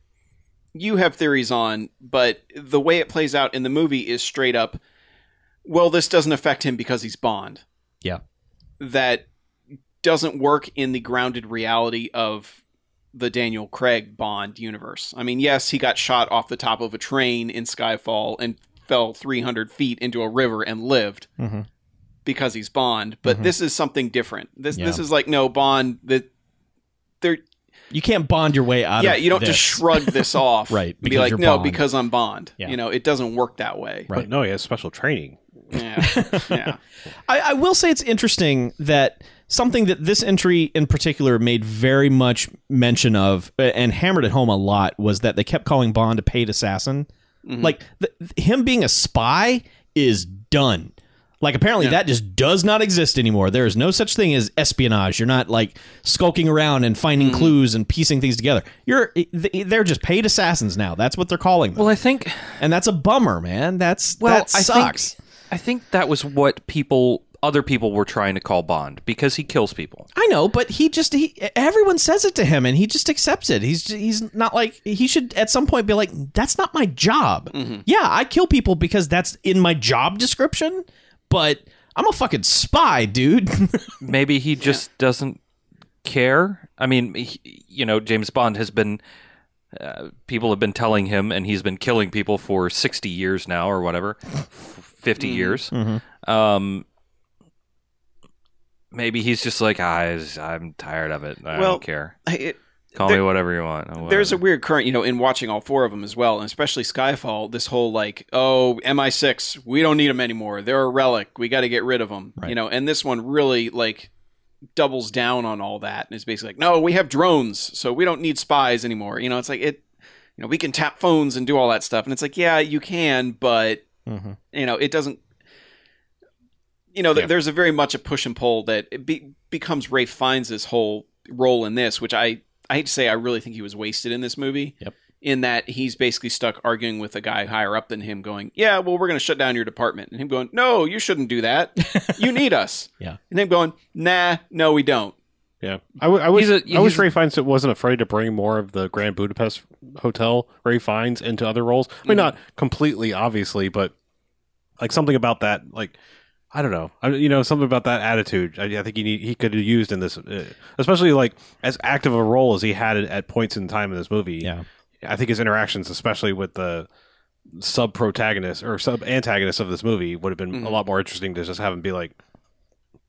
you have theories on, but the way it plays out in the movie is straight up. Well, this doesn't affect him because he's Bond. Yeah. That doesn't work in the grounded reality of the Daniel Craig Bond universe. I mean, yes, he got shot off the top of a train in Skyfall and fell 300 feet into a river and lived Mhm. because he's Bond, but Mhm. this is something different. This this Yeah. is like no Bond that there You can't bond your way out yeah, of you don't this. just shrug this off. Right, Be because like, you're no, Bond." because I'm Bond. Yeah. You know, it doesn't work that way. Right. But no, he has special training. Yeah. yeah. I, I will say it's interesting that something that this entry in particular made very much mention of uh, and hammered it home a lot was that they kept calling Bond a paid assassin. Mhm. Like th- th- him being a spy is done. Like apparently Yeah. that just does not exist anymore. There is no such thing as espionage. You're not like skulking around and finding clues and piecing things together. You're th- they're just paid assassins now. That's what they're calling them. Well, I think and that's a bummer, man. That's well, that I sucks. Think, I think that was what people, other people, were trying to call Bond because he kills people. I know, but he just he everyone says it to him and he just accepts it. He's he's not like he should at some point be like that's not my job. Yeah, I kill people because that's in my job description, but I'm a fucking spy, dude. Maybe he just doesn't care. I mean, he, you know, James Bond has been. Uh, people have been telling him, and he's been killing people for sixty years now, or whatever, fifty Mm-hmm. years. Mm-hmm. Um, maybe he's just like, "Ah, I, I'm tired of it. I Well, don't care. It- Call there- me whatever you want. Oh, there's a whatever. weird current, you know, in watching all four of them as well, and especially Skyfall, this whole like, oh, MI6, we don't need them anymore. They're a relic. We got to get rid of them. Right. You know, and this one really like doubles down on all that and is basically like, no, we have drones, so we don't need spies anymore. You know, it's like it, you know, we can tap phones and do all that stuff, and it's like, yeah, you can, but you know, it doesn't. You know, th- Yeah. there's a very much a push and pull that it be- becomes Rafe finds his whole role in this, which I I hate to say, I really think he was wasted in this movie. Yep. In that he's basically stuck arguing with a guy higher up than him, going, "Yeah, well, we're going to shut down your department," and him going, "No, you shouldn't do that. You need us." Yeah. And him going, "Nah, no, we don't." Yeah, I, w- I wish He's a- I wish he's- Ray Fiennes wasn't afraid to bring more of the Grand Budapest Hotel Ray Fiennes into other roles. I mean, not completely, obviously, but like something about that, like I don't know, I, you know, something about that attitude. I, I think he need, he could have used in this, uh, especially like as active a role as he had at, at points in time in this movie. Yeah. I think his interactions, especially with the sub protagonist or sub antagonist of this movie, would have been a Mhm. lot more interesting to just have him be like.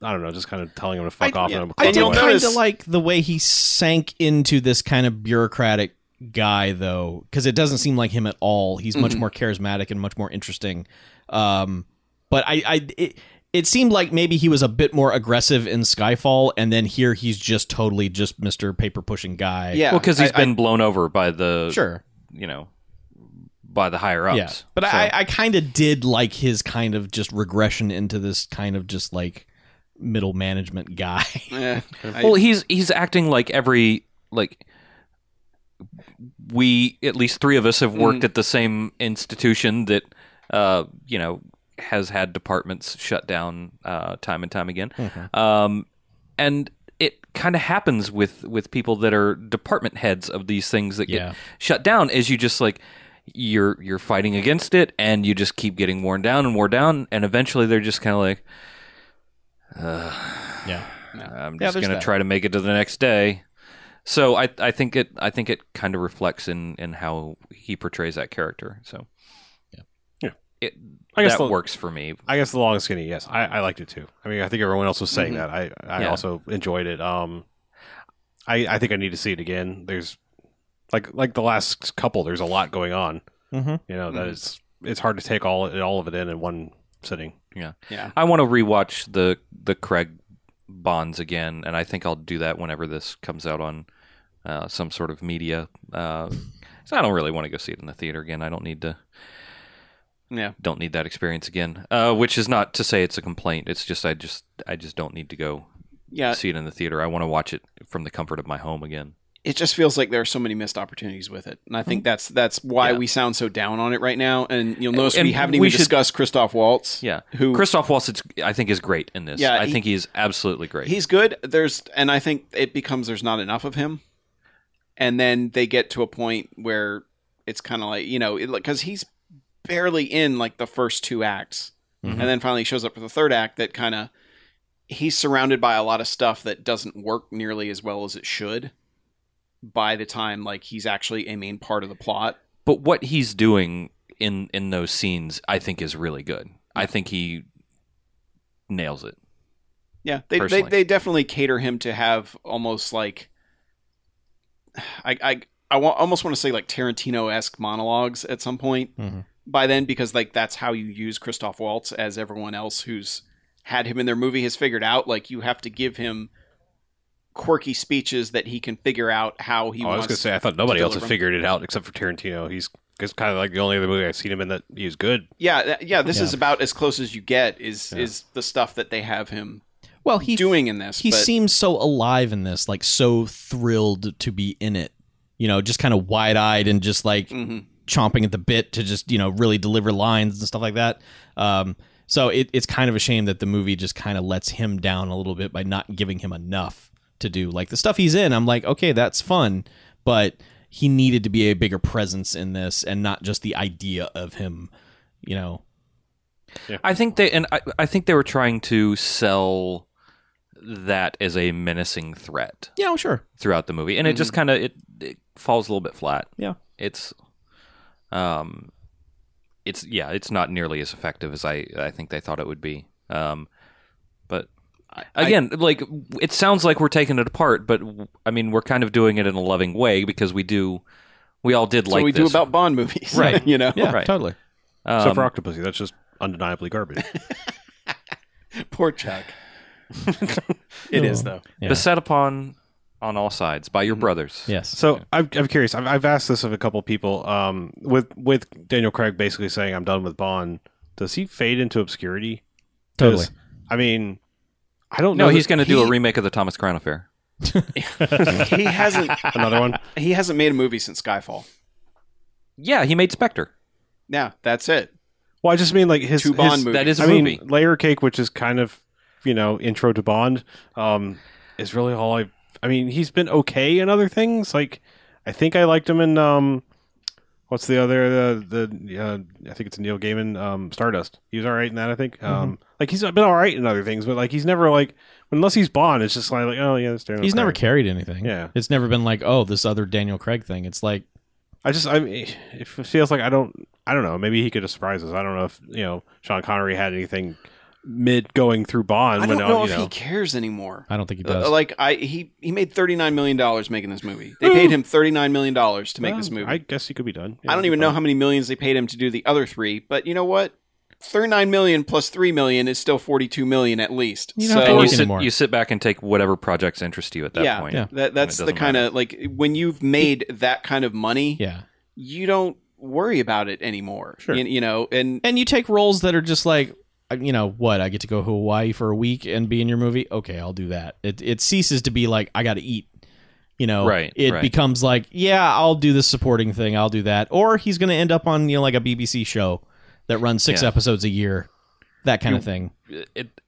I don't know, just kind of telling him to fuck I- off. yeah. and I'm I And do you'll cool. kind of notice- like the way he sank into this kind of bureaucratic guy though cuz it doesn't seem like him at all. He's much Mhm. more charismatic and much more interesting. Um but I I it, it seemed like maybe he was a bit more aggressive in Skyfall and then here he's just totally just Mr. paper pushing guy. Yeah. well, because I- he's been blown over by the Sure. you know, by the higher ups. Yeah. But I I kind of did like his kind of just regression into this kind of just like middle management guy. I- eh, I- well, he's he's acting like every like we at least three of us have worked at the same institution that uh you know has had departments shut down uh time and time again. Um and it kind of happens with with people that are department heads of these things that Yeah. get shut down is you just like you're you're fighting against it and you just keep getting worn down and worn down and eventually they're just kind of like uh, yeah. I'm Yeah, there's just gonna that. try to make it to the next day. So I I think it I think it kind of reflects in in how he portrays that character. So Yeah. it I guess that the- works for me. I guess the long and skinny. Yes, I, I liked it too. I mean, I think everyone else was saying Mhm. that. I I Yeah. also enjoyed it. Um, I I think I need to see it again. There's like like the last couple. There's a lot going on. Mhm. You know that Mhm. it's it's hard to take all all of it in in one sitting. yeah. I want to rewatch the the Craig Bonds again, and I think I'll do that whenever this comes out on uh, some sort of media. Uh, 'cause I don't really want to go see it in the theater again. I don't need to. Yeah. don't need that experience again. Uh, which is not to say it's a complaint. It's just I just I just don't need to go Yeah. see it in the theater. I want to watch it from the comfort of my home again. it just feels like there are so many missed opportunities with it, and I think that's that's why Mm-hmm. Yeah. we sound so down on it right now. And you'll notice And we haven't we even should- discussed Christoph Waltz. Yeah, who Christoph Waltz, it's, I think, is great in this. Yeah, I he- think he's absolutely great. he's good. There's and I think it becomes there's not enough of him, and then they get to a point where it's kind of like you know because he's barely in like the first two acts, and then finally shows up for the third act that kind of he's surrounded by a lot of stuff that doesn't work nearly as well as it should by the time like he's actually a main part of the plot but what he's doing in in those scenes, I think, is really good. I think he nails it. Yeah, they, they personally. they definitely cater him to have almost like I I I wa- almost want to say like Tarantino esque monologues at some point Mhm. by then because like that's how you use Christoph Waltz as everyone else who's had him in their movie has figured out like you have to give him quirky speeches that he can figure out how he Oh, I was wants. gonna say I thought nobody else had deliver 'em. figured it out except for Tarantino. He's it's kind of like the only other movie I've seen him in that he was good. yeah, th- yeah. This Yeah. is about as close as you get is Yeah. is the stuff that they have him Well, he doing in this. he but seems so alive in this, like so thrilled to be in it. You know, just kind of wide eyed and just like Mhm. chomping at the bit to just you know really deliver lines and stuff like that. Um, so it, it's kind of a shame that the movie just kind of lets him down a little bit by not giving him enough to do. Like the stuff he's in, I'm like, okay, that's fun, but he needed to be a bigger presence in this and not just the idea of him. You know, I think they and I, I think they were trying to sell that as a menacing threat yeah, well, sure, throughout the movie, and it just kind of it, it falls a little bit flat. Yeah. it's um, it's yeah, it's not nearly as effective as I I think they thought it would be. Um, but again, like it sounds like we're taking it apart, but I mean we're kind of doing it in a loving way because we do we all did that's like what we this. do about Bond movies, Right. you know, yeah, Right. totally. Um, Except for Octopussy, that's just undeniably garbage. poor Chuck. It is though. Yeah. beset upon on all sides by your brothers. Yes. So I'm, I'm curious. I've, I've asked this of a couple people. Um, with with Daniel Craig basically saying I'm done with Bond, does he fade into obscurity? 'Cause, Totally. I mean, I don't No, know. he's that- going to do a he- remake of the Thomas Crown Affair. he hasn't another one. he hasn't made a movie since Skyfall. Yeah, he made Spectre. Yeah, that's it. Well, I just mean like his Two Bond his- movies. That is a I movie. mean, Layer Cake, which is kind of you know intro to Bond, um, is really all I. I mean, he's been okay in other things. Like, I think I liked him in um, what's the other the the uh, I think it's Neil Gaiman um Stardust. He was all right in that. I Mm-hmm. think um, like he's been all right in other things, but like he's never like unless he's Bond, it's just like, like, oh yeah, that's Daniel He's never Craig. carried anything. Yeah. It's never been like, oh, this other Daniel Craig thing. It's like, I just I mean, it feels like I don't I don't know. Maybe he could have surprised us. I don't know if you know Sean Connery had anything mid going through Bond. I when, don't uh, know you if he cares anymore. I don't think he does. Uh, like I he he made 39 million dollars making this movie. They paid him 39 million dollars to make this Well, movie. I I, guess he could be done. don't even know how many millions they paid him to do the other 3, but you know what? 39 million plus 3 million is still 42 million at least. You don't have to And work you so sit, anymore. you sit back and take whatever projects interest you at that yeah, point. Yeah. that that's And it the doesn't kind of like when you've made that kind of money, yeah. you don't worry about it anymore. Sure. You, you know, and And you take roles that are just like, uh, you know, what? I get to go to Hawaii for a week and be in your movie? Okay, I'll do that. It, it ceases to be like, I got to eat. You know, Right, it right. becomes like, yeah, I'll do this supporting thing. I'll do that. Or he's going to end up on, you know, like a BBC show that runs six Yeah. episodes a year, that kind of thing. It,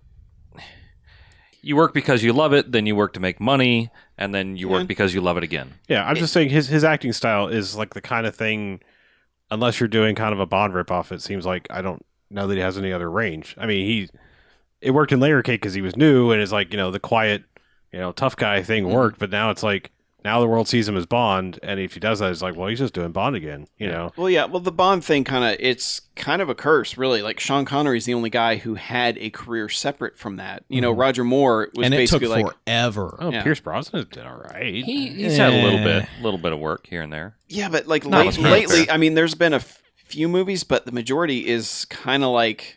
you work because you love it, then you work to make money, and then you work because you love it again. Yeah, I'm just saying his his acting style is like the kind of thing. Unless you're doing kind of a Bond ripoff, it seems like I don't know that he has any other range. I mean, he it worked in Layer Cake because he was new, and it's like you know the quiet, you know, tough guy thing Mm-hmm. worked, but now it's like now the world sees him as Bond, and if he does that, it's like well he's just doing Bond again, you know. Well, yeah. Well, the Bond thing kind of it's kind of a curse, really. Like Sean Connery's the only guy who had a career separate from that. You know, Roger Moore was And it took basically like forever. Oh, Yeah. Pierce Brosnan did all right. He, he's had a little Yeah. bit, little bit of work here and there. yeah, but like No, late, it's fair. lately, I mean, there's been a f- few movies, but the majority is kind of like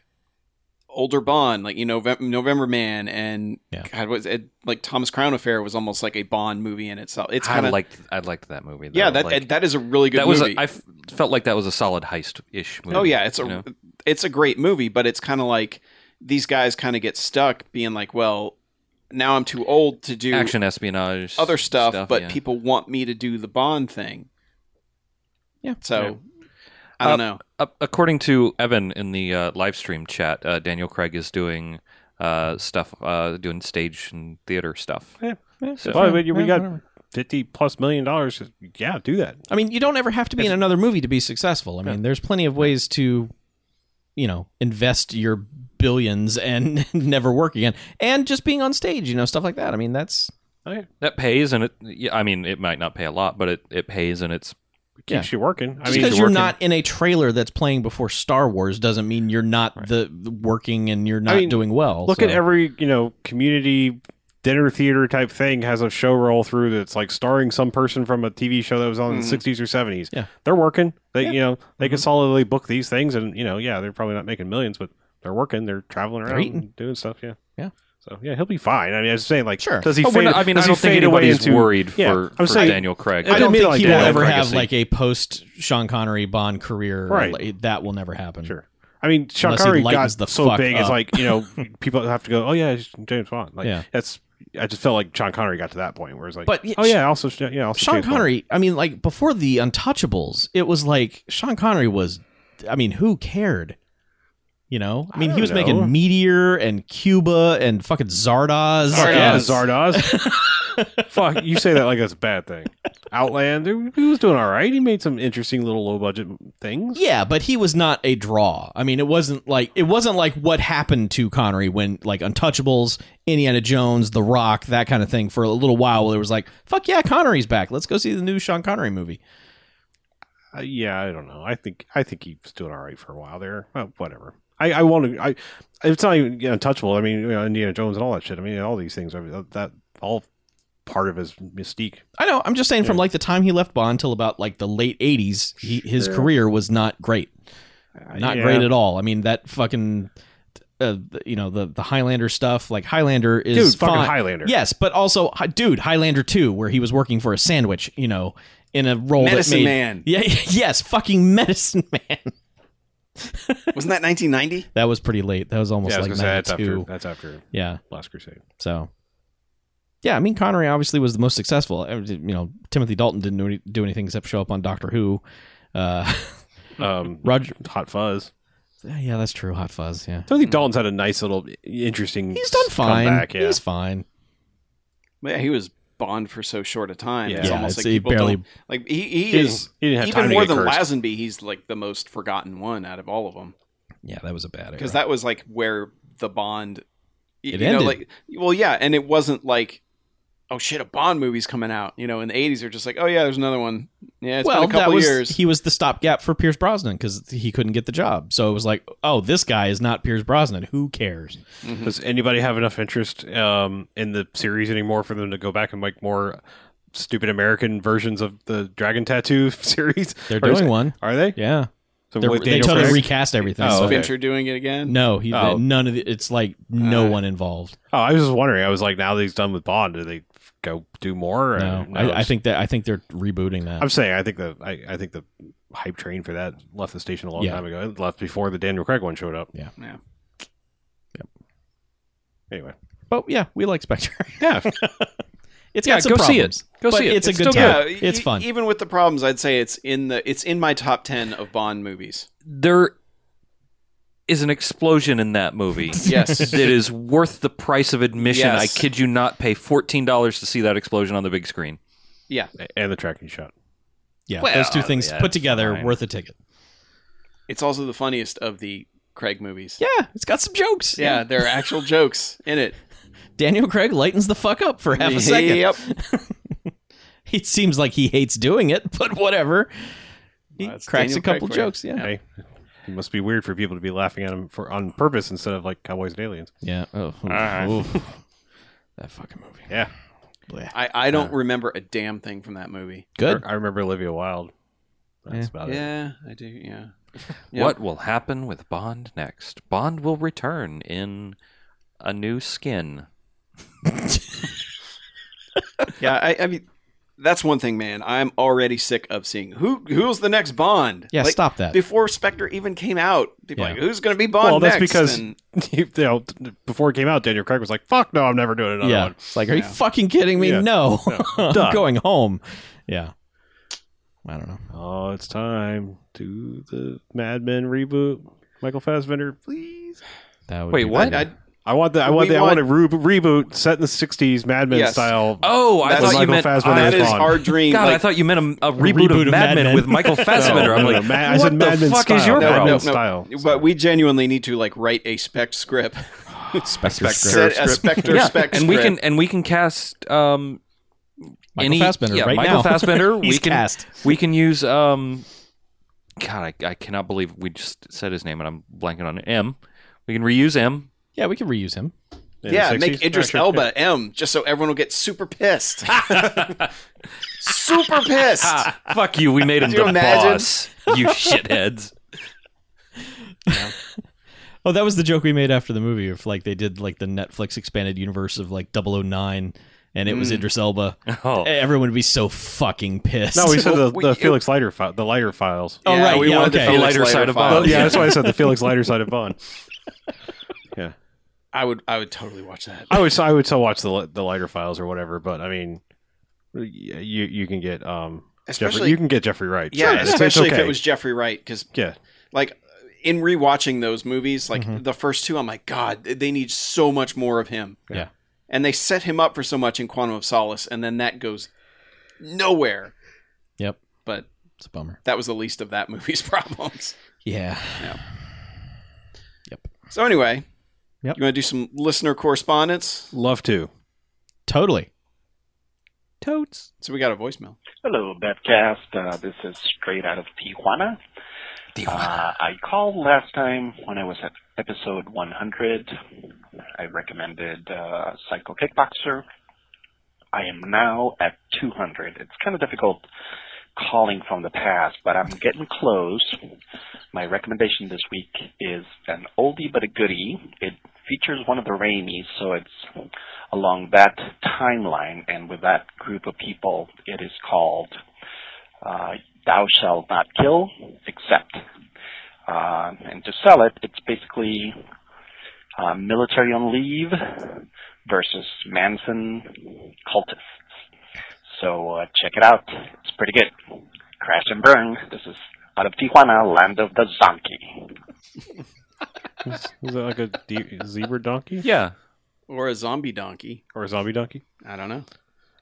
older Bond, like you know Novem- November Man and Yeah. God, was it like Thomas Crown Affair was almost like a Bond movie in itself. It's kind I of like liked, I liked that movie. Though. yeah, that Like, that is a really good that was. movie. A, I f- felt like that was a solid heist ish movie. Oh yeah, it's a you know? it's a great movie, but it's kind of like these guys kind of get stuck being like, well, now I'm too old to do action espionage, other stuff, but yeah. people want me to do the Bond thing. Yeah. So Yeah. I don't Uh, know. A- according to Evan in the uh, live stream chat, uh, Daniel Craig is doing uh, stuff, uh, doing stage and theater stuff. Yeah, yeah. So- Well, we, we Yeah, got whatever. fifty plus million dollars. Yeah, do that. I mean, you don't ever have to be in another movie to be successful. I mean, there's plenty of ways to, you know, invest your billions and never work again, and just being on stage, you know, stuff like that. I mean, that's That pays, and it. Yeah, I mean, it might not pay a lot, but it, it pays, and it's Keeps you working. I just mean, because you're you're working- not in a trailer that's playing before Star Wars doesn't mean you're not the the working and you're not mean, doing well. look so. at every you know community dinner theater type thing has a show roll through that's like starring some person from a TV show that was on in the sixties or seventies. Mm. Yeah. Mm-hmm. they're working. They you know they can solidly book these things, and you know yeah they're probably not making millions, but they're working. They're traveling around, eating. and doing stuff. Yeah. Yeah. So yeah, he'll be fine. I mean, I was just saying, like, Sure. does he? Oh, we're fade, not- I mean, does I he don't think fade away anybody's into, worried Yeah, for, I'm for saying- Daniel Craig. I I don't mean, think like he that. will ever Legacy. have like a post Sean Connery Bond career. Right. Like, that will never happen. Sure. I mean, Sean Unless he Connery lightens got the so fuck big, it's up. like you know, people have to go, "Oh yeah, it's James Bond." Like Yeah. that's. I just felt like Sean Connery got to that point where it's like, But, yeah, "Oh yeah, also yeah, also Sean James Bond." Connery, I mean, like before the Untouchables, it was like Sean Connery was, I mean, who cared? You know, I mean, don't he was know. making Meteor and Cuba and fucking Zardoz. Zardoz. and- Zardoz. Fuck, you say that like that's a bad thing. Outland, he was doing all right. He made some interesting little low budget things. Yeah, but he was not a draw. I mean, it wasn't like it wasn't like what happened to Connery when like Untouchables, Indiana Jones, The Rock, that kind of thing for a little while. Where it was like, fuck yeah, Connery's back. Let's go see the new Sean Connery movie. Uh, yeah, I don't know. I think I think he was doing all right for a while there. Well, whatever. I, I want to. I it's not even yeah, untouchable. I mean, you know, Indiana Jones and all that shit. I mean, all these things. I mean, that all part of his mystique. I know. I'm just saying, from like the time he left Bond till about like the late '80s, he, his career was not great, Uh, not yeah. great at all. I mean, that fucking, uh, you know, the the Highlander stuff. Like Highlander is Dude, fucking fine. Highlander. Yes, but also, hi- dude, Highlander Two, where he was working for a sandwich, you know, in a role Medicine that made, Man. Yeah, yes, fucking Medicine Man. Wasn't that 1990? That was pretty late. That was almost Yeah, I was like gonna say that's after 92. that's after Yeah. Last Crusade. So, yeah, I mean, Connery obviously was the most successful. Uh, You know, Timothy Dalton didn't do, any, do anything except show up on Doctor Who. Uh, Um, Roger. Hot Fuzz. Yeah, that's true. Hot Fuzz. Yeah, Timothy Dalton's had a nice little interesting. he's done fine. Comeback, yeah. He's fine. Yeah, he was Bond for so short a time. Yeah. it's Yeah, almost it's- like he people barely- don't- like he, he, He is didn't- he didn't have even time to more get than cursed. Lazenby. He's like the most forgotten one out of all of them Yeah, that was a bad because era. that was like where the Bond. y- It you know, ended. like well, yeah, and it wasn't like. Oh shit! A Bond movie's coming out. You know, in the '80s, they're just like, "Oh yeah, there's another one." Yeah, it's well, been a couple that was years. he was the stopgap for Pierce Brosnan because he couldn't get the job. So it was like, oh, this guy is not Pierce Brosnan. Who cares? Does anybody have enough interest um, in the series anymore for them to go back and make more stupid American versions of the Dragon Tattoo series? They're Or is- doing one. Are they? Yeah, So They're- with they Daniel totally Craig? recast everything. Oh, so- okay. Fincher doing it again. No, he, Oh. none of the, it's like no Uh, one involved. oh, I was just wondering. I was like, now that he's done with Bond, do they f- go do more? No, it's- I, I think that I think they're rebooting that. I'm saying I think the I, I think the hype train for that left the station a long Yeah. time ago. It left before the Daniel Craig one showed up. Yeah. Yeah. Yep. Anyway, but yeah, we like Spectre. yeah, It's Yeah, got some go see problems. it. Go but see it. It's, It's a good still time. e- It's fun. Even with the problems, I'd say it's in the it's in my top ten of Bond movies. There is an explosion in that movie. Yes. that is worth the price of admission. Yes. I kid you not. Pay fourteen dollars to see that explosion on the big screen. yeah. and the tracking shot. yeah, Well, those two things yeah, put it's together fine. worth a ticket. It's also the funniest of the Craig movies. Yeah, it's got some jokes. Yeah, there are actual jokes in it. Daniel Craig lightens the fuck up for half a second. Yep. It seems like he hates doing it, but whatever. He That's cracks Daniel a couple Craig for you. jokes. Yeah. Hey, it must be weird for people to be laughing at him for on purpose instead of like Cowboys and Aliens. Yeah. Oh, right. oof. that fucking movie. Yeah, Blech. I, I Uh. don't remember a damn thing from that movie. Good. I remember Olivia Wilde. That's Yeah. about it. Yeah, I do. Yeah. Yep. What will happen with Bond next? Bond will return in a new skin. Yeah, Uh, I, I mean that's one thing, man. I'm already sick of seeing who who's the next Bond. Yeah, Like, stop that. Before Spectre even came out, people Yeah. like, who's going to be Bond well, that's next? because And- you know, t- before it came out, Daniel Craig was like, "Fuck no, I'm never doing another yeah. one." It's like, are you fucking kidding me? Yeah. No. I'm Done. going home. Yeah. I don't know. Oh, it's time to the Mad Men reboot. Michael Fassbender, please. That would Wait, be what? better. I- I want that. I want We that. I want a re- reboot set in the '60s, Mad Men Yes. style. Oh, I That's thought you Michael meant Fassbender I- that is is Bond. our dream. God, I like- thought you meant a, a reboot, of Mad Men with Michael Fassbender. No, I'm no, like, Ma- I what said the Mad Men fuck is style. your No, problem? no. style. But we genuinely need to like write a spec script, Spectre script. Set a Spectre Yeah, spec and we script. can and we can cast um, Michael any Fassbender yeah, right Michael now. Fassbender. He's we can cast. we can use um, God, I, I cannot believe we just said his name and I'm blanking on it. M. We can reuse M. Yeah, we could reuse him. in the yeah, 60s. make Idris Sure. Elba M, just so everyone will get super pissed. super pissed. Ah, fuck you. We made him Do you the imagine? boss. You shitheads. Oh, that was the joke we made after the movie. If like they did like the Netflix expanded universe of like 009 and it was Idris Elba, Oh. everyone would be so fucking pissed. No, we said the, Well, we- the it- Felix Leiter fi- the Leiter files. Oh, yeah, right, We yeah, wanted okay. the The Felix lighter side Leiter of Bond. files. yeah, that's why I said the Felix Leiter side of Bond. Yeah, I would, I would totally watch that. I would I would still watch the Li- the Leiter files or whatever, but I mean, y- you you can get um Jeffrey, Especially- you can get Jeffrey Wright. Yeah, Sure, it's- it's especially if okay. it was Jeffrey Wright, because yeah. like in rewatching those movies, like Mm-hmm. the first two, I'm like, God, they need so much more of him. Yeah. And they set him up for so much in Quantum of Solace, and then that goes nowhere. Yep, But it's a bummer. that was the least of that movie's problems. Yeah. So anyway, Yep. you want to do some listener correspondence? Love to. Totally. Totes. So we got a voicemail. Hello, Bevcast. Uh, this is straight out of Tijuana. Uh, I called last time when I was at episode 100. I recommended uh, Psycho Kickboxer. I am now at 200. It's kind of difficult calling from the past, but I'm getting close. My recommendation this week is an oldie but a goodie. It features one of the Raimis, so it's along that timeline and with that group of people. It is called uh, Thou Shalt Not Kill, Except. Uh, and to sell it, it's basically uh, military on leave versus Manson cultists. So uh, check it out. It's pretty good. Crash and burn. This is out of Tijuana, land of the zonkey. Is, is that like a de- zebra donkey Yeah. Or a zombie donkey. or a zombie donkey? I don't know.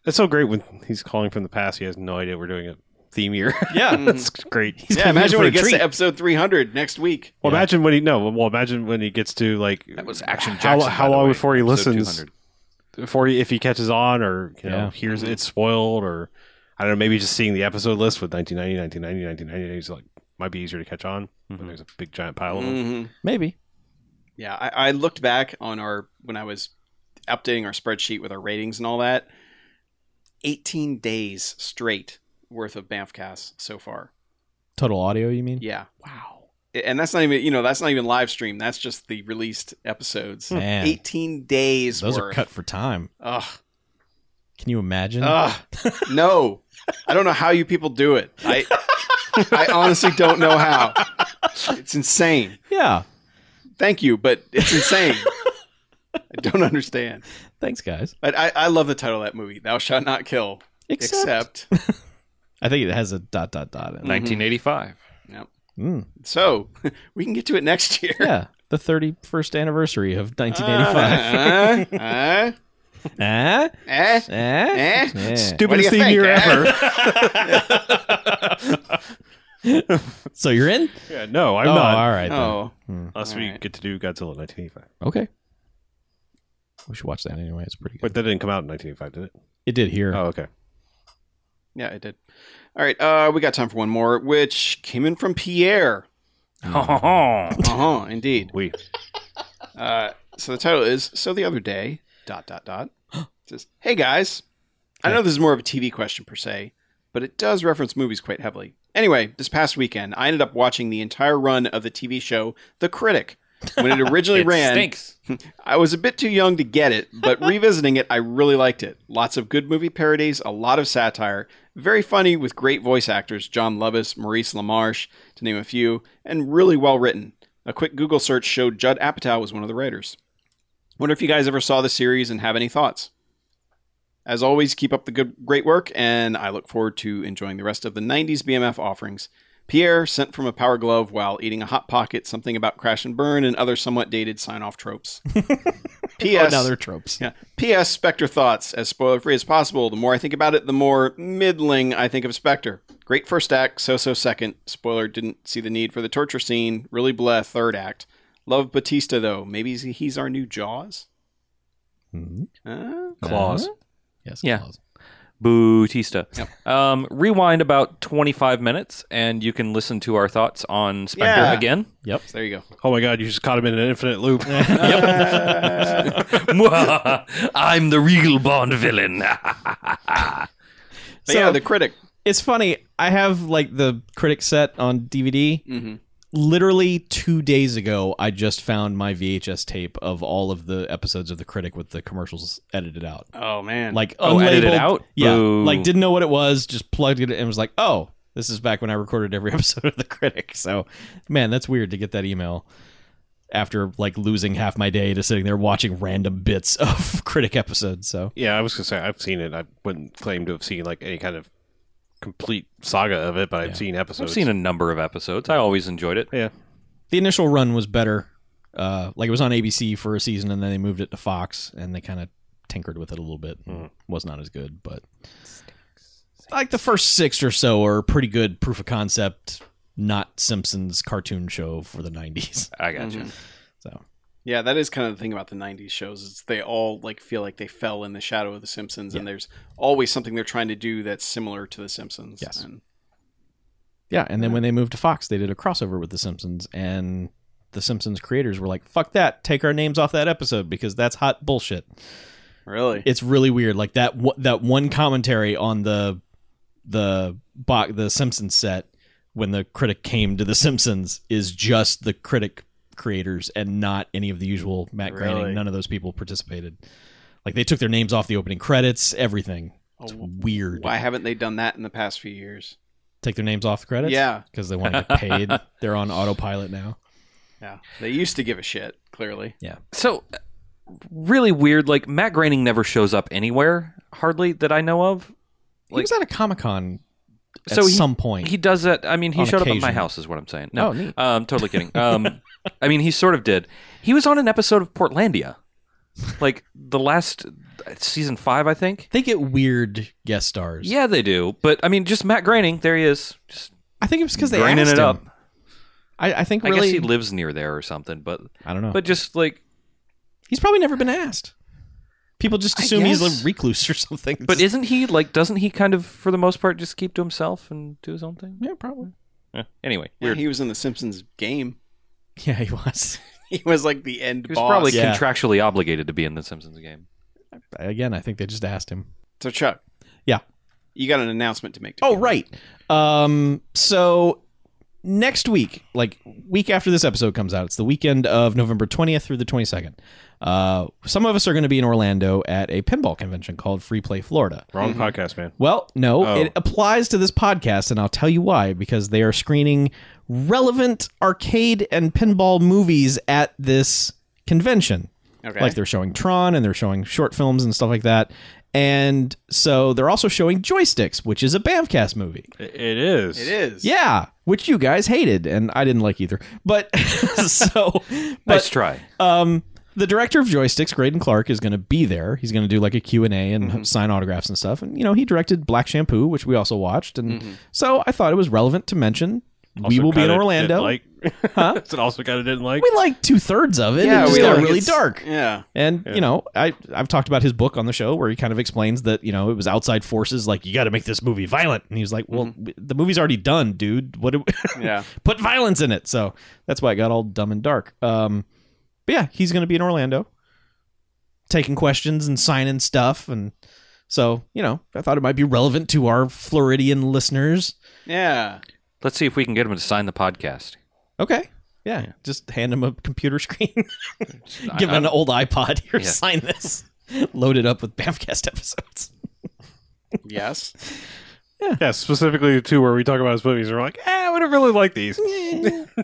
It's so great when he's calling from the past. He has no idea we're doing a theme year. Yeah. That's great. yeah, imagine when he gets to to episode 300 next week. Well, imagine when he no. Well, imagine when he gets to like That was Action How- Jackson, how by the long way, before he episode listens? 200. before he, if he catches on or you know Yeah. hears Mm-hmm. it's spoiled or I don't know. Maybe just seeing the episode list with 1990, 1990, 1990, he's like might be easier to catch on. But Mm-hmm. Mhm. there's a big giant pile of Mm. them. Mhm. Maybe. Yeah, I, I looked back on our when I was updating our spreadsheet with our ratings and all that. 18 days straight worth of Banffcasts so far. Total audio, you mean? Yeah. Wow. And that's not even you know that's not even live stream. That's just the released episodes. Man. 18 days Those Hmm. worth. are cut Hmm. for time. Ugh. Can you imagine? Ugh. No. I don't know how you people do it. I I honestly don't know how. It's insane. yeah. Thank you, but it's insane. I don't understand. Thanks, guys. But I, I love the title of that movie, Thou Shalt Not Kill. Except, Except. I think it has a dot dot dot in it. 1985. Mm. So we can get to it next year. Yeah. The 31st anniversary of 1985. Uh, uh, uh, eh? eh, Eh? eh. Yeah. What do Stupidest you theme think, year eh? ever. So you're in? yeah, no, I'm oh, not. all right. then. Oh, Unless we Alright. get to do Godzilla 1985. Okay. We should watch that anyway. It's pretty But that good. didn't come out in 1985, did it? it did here. Oh, okay. yeah, it did. All right, uh, we got time for one more, which came in from Pierre. Uh huh, indeed. We Uh, so the title is so the other day dot dot dot It says hey guys i know this is more of a tv question per se but it does reference movies quite heavily anyway this past weekend i ended up watching the entire run of the tv show the critic When it originally it ran, stinks. I was a bit too young to get it, but revisiting it, I really liked it. Lots of good movie parodies, a lot of satire, very funny with great voice actors John Lovis, Maurice LaMarche, to name a few, and really well written. A quick Google search showed Judd Apatow was one of the writers. Wonder if you guys ever saw the series and have any thoughts. As always, keep up the good, great work, and I look forward to enjoying the rest of the 90s BMF offerings. Pierre sent from a power glove while eating a hot pocket, something about crash and burn, and other somewhat dated sign off tropes. P.S. Another tropes. Yeah. P.S. Spectre thoughts as spoiler free as possible. The more I think about it, the more middling I think of Spectre. Great first act, so so second. Spoiler didn't see the need for the torture scene. Really bleh third act. Love Batista though. Maybe he's- he's our new Jaws. Huh? Claws. Hmm. Yes. Yeah. claws. Bootista. Um, rewind about 25 minutes and you can listen to our thoughts on Spectre Yeah. again. So there you go. Oh my god, you just caught him in an infinite loop. I'm the real Bond villain. But So- yeah, the critic. It's funny. I have like the critic set on DVD. Mm-hmm. Literally two days ago, I just found my VHS tape of all of the episodes of The Critic with the commercials edited out. Oh man. Like Oh, edit it unlabeled- out? Yeah, Boo. like didn't know what it was. Just plugged it in and was like, oh, this is back when I recorded every episode of The Critic. So, man, that's weird to get that email after like losing half my day to sitting there watching random bits of Critic episodes. So, yeah, I was gonna say I've seen it. I wouldn't claim to have seen like any kind of complete saga of it, but I've seen episodes. I've seen a number of episodes. I always enjoyed it. Yeah, the initial run was better. Uh, like it was on ABC for a season, and then they moved it to Fox, and they kind of tinkered with it a little bit. and Was not as good, but like the first six or so are pretty good proof of concept. Not Simpsons cartoon show for the '90s. I got you. So mm-hmm. Yeah, that is kind of the thing about the '90s shows is they all like feel like they fell in the shadow of The Simpsons, and there's always something they're trying to do that's similar to The Simpsons. Yes. And yeah, and then when they moved to Fox, they did a crossover with the Simpsons, and the Simpsons creators were like, "Fuck that! Take our names off that episode because that's hot bullshit." really, it's really weird. Like that w- that one commentary on the the bo- the Simpsons set when the critic came to the Simpsons is just the critic creators and not any of the usual Matt Really? Groening. None of those people participated. Like they took their names off the opening credits, everything. It's Oh, weird. why haven't they done that in the past few years? Take their names off the credits? Yeah. Because they want to get paid. They're on autopilot now. Yeah, they used to give a shit. Clearly, So uh, really weird. Like Matt Groening never shows up anywhere, hardly that I know of. he was at a Comic Con at So he- some point. He does that. I mean, he On showed up at my occasion. house, is what I'm saying. No, Oh, neat. Um, totally kidding. Um, I mean, he sort of did. He was on an episode of Portlandia, like the last uh, season five, I think. they get weird guest stars. Yeah, they do. But I mean, just Matt Groening. There he is, just I think it was because they graining asked it him. up. I, I think I really. Oh. guess he lives near there or something. But I don't know. but just like, He's probably never been asked. People just I assume he's guess. a recluse or something. but isn't he like? Doesn't he kind of, for the most part, just keep to himself and do his own thing? yeah, probably. Eh, Anyway, Yeah, weird. he was in the Simpsons game. Yeah, he was. He was like the end He was boss. probably Yeah. contractually obligated to be in the Simpsons game. Again, I think they just asked him. So Chuck, Yeah. you got an announcement to make. To Oh, people. right. Um, so next week, like week after this episode comes out, it's the weekend of November 20th through the 22nd. Uh, some of us are going to be in Orlando at a pinball convention called Free Play Florida. wrong podcast, man. Well, no, Oh. it applies to this podcast, and I'll tell you why. Because they are screening relevant arcade and pinball movies at this convention. Okay. Like they're showing Tron and they're showing short films and stuff like that. And so they're also showing Joysticks, which is a Bamcast movie. It- it is. it is. Yeah, which you guys hated, and I didn't like either. But so, but Nice try. um, the director of joysticks graydon clark is going to be there he's going to do like a q&a and Mm-hmm. sign autographs and stuff and you know he directed black shampoo which we also watched and Mm-hmm. so i thought it was relevant to mention we Also will be in kinda orlando didn't Like, it's also kind of didn't like. we liked two-thirds of it Yeah, yeah, it just we got like really it's- dark Yeah. and you know, I I've talked about his book on the show where he kind of explains that you know it was outside forces like you got to make this movie violent, and he was like, well, w- the movie's already done, dude. What? Do we- Yeah. put violence in it. So that's why it got all dumb and dark. Um, but yeah, he's going to be in Orlando, taking questions and signing stuff, and so you know, I thought it might be relevant to our Floridian listeners. Yeah. Let's see if we can get him to sign the podcast. Okay, Yeah, just hand him a computer screen. I- Give him an old iPod. Here, Yeah. sign this. Load it up with Bamcast episodes. Yes. Yeah, specifically the two where we talk about his movies, and we're like, ah, we don't really like these.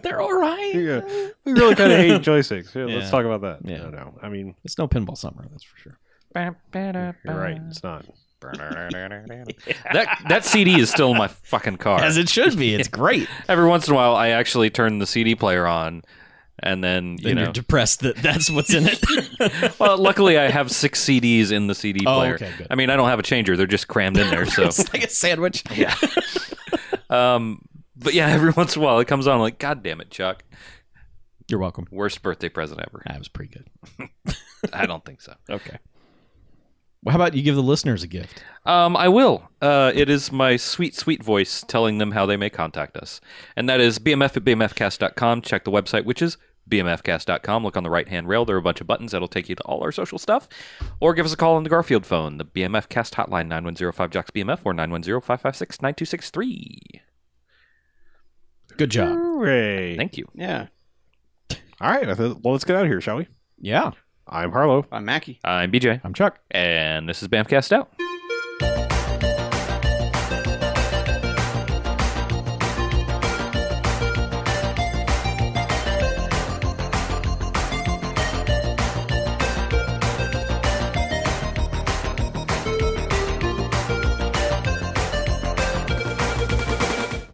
They're all right. Yeah. We really kind of hate joysticks. Yeah, Let's Yeah. talk about that. Yeah. No, no. I mean, It's no pinball summer, that's for sure. you're right. It's not. that that CD is still in my fucking car. As it should be. It's great. Every once in a while, I actually turn the CD player on, and then you then know. you're depressed that that's what's in it. well, luckily, I have six CDs in the CD Oh, player. okay, good. I mean, I don't have a changer; they're just crammed in there. So, it's like a sandwich. yeah. um, but yeah, every once in a while, it comes on. I'm like, God damn it, Chuck! You're welcome. Worst birthday present ever. That was pretty good. I don't think so. Okay. Well, how about you give the listeners a gift? Um, I will. Uh, it is my sweet, sweet voice telling them how they may contact us. And that is bmf at bmfcast.com. Check the website, which is bmfcast.com. Look on the right hand rail. There are a bunch of buttons that'll take you to all our social stuff. Or give us a call on the Garfield phone, the BMF cast hotline, 9105 Jocks BMF or 910 556 9263. Good job. Hooray. Thank you. Yeah. All right. I thought- Well, let's get out of here, shall we? Yeah. I'm Harlow. I'm Mackie. I'm BJ, I'm Chuck. and this is Bamfcast Out.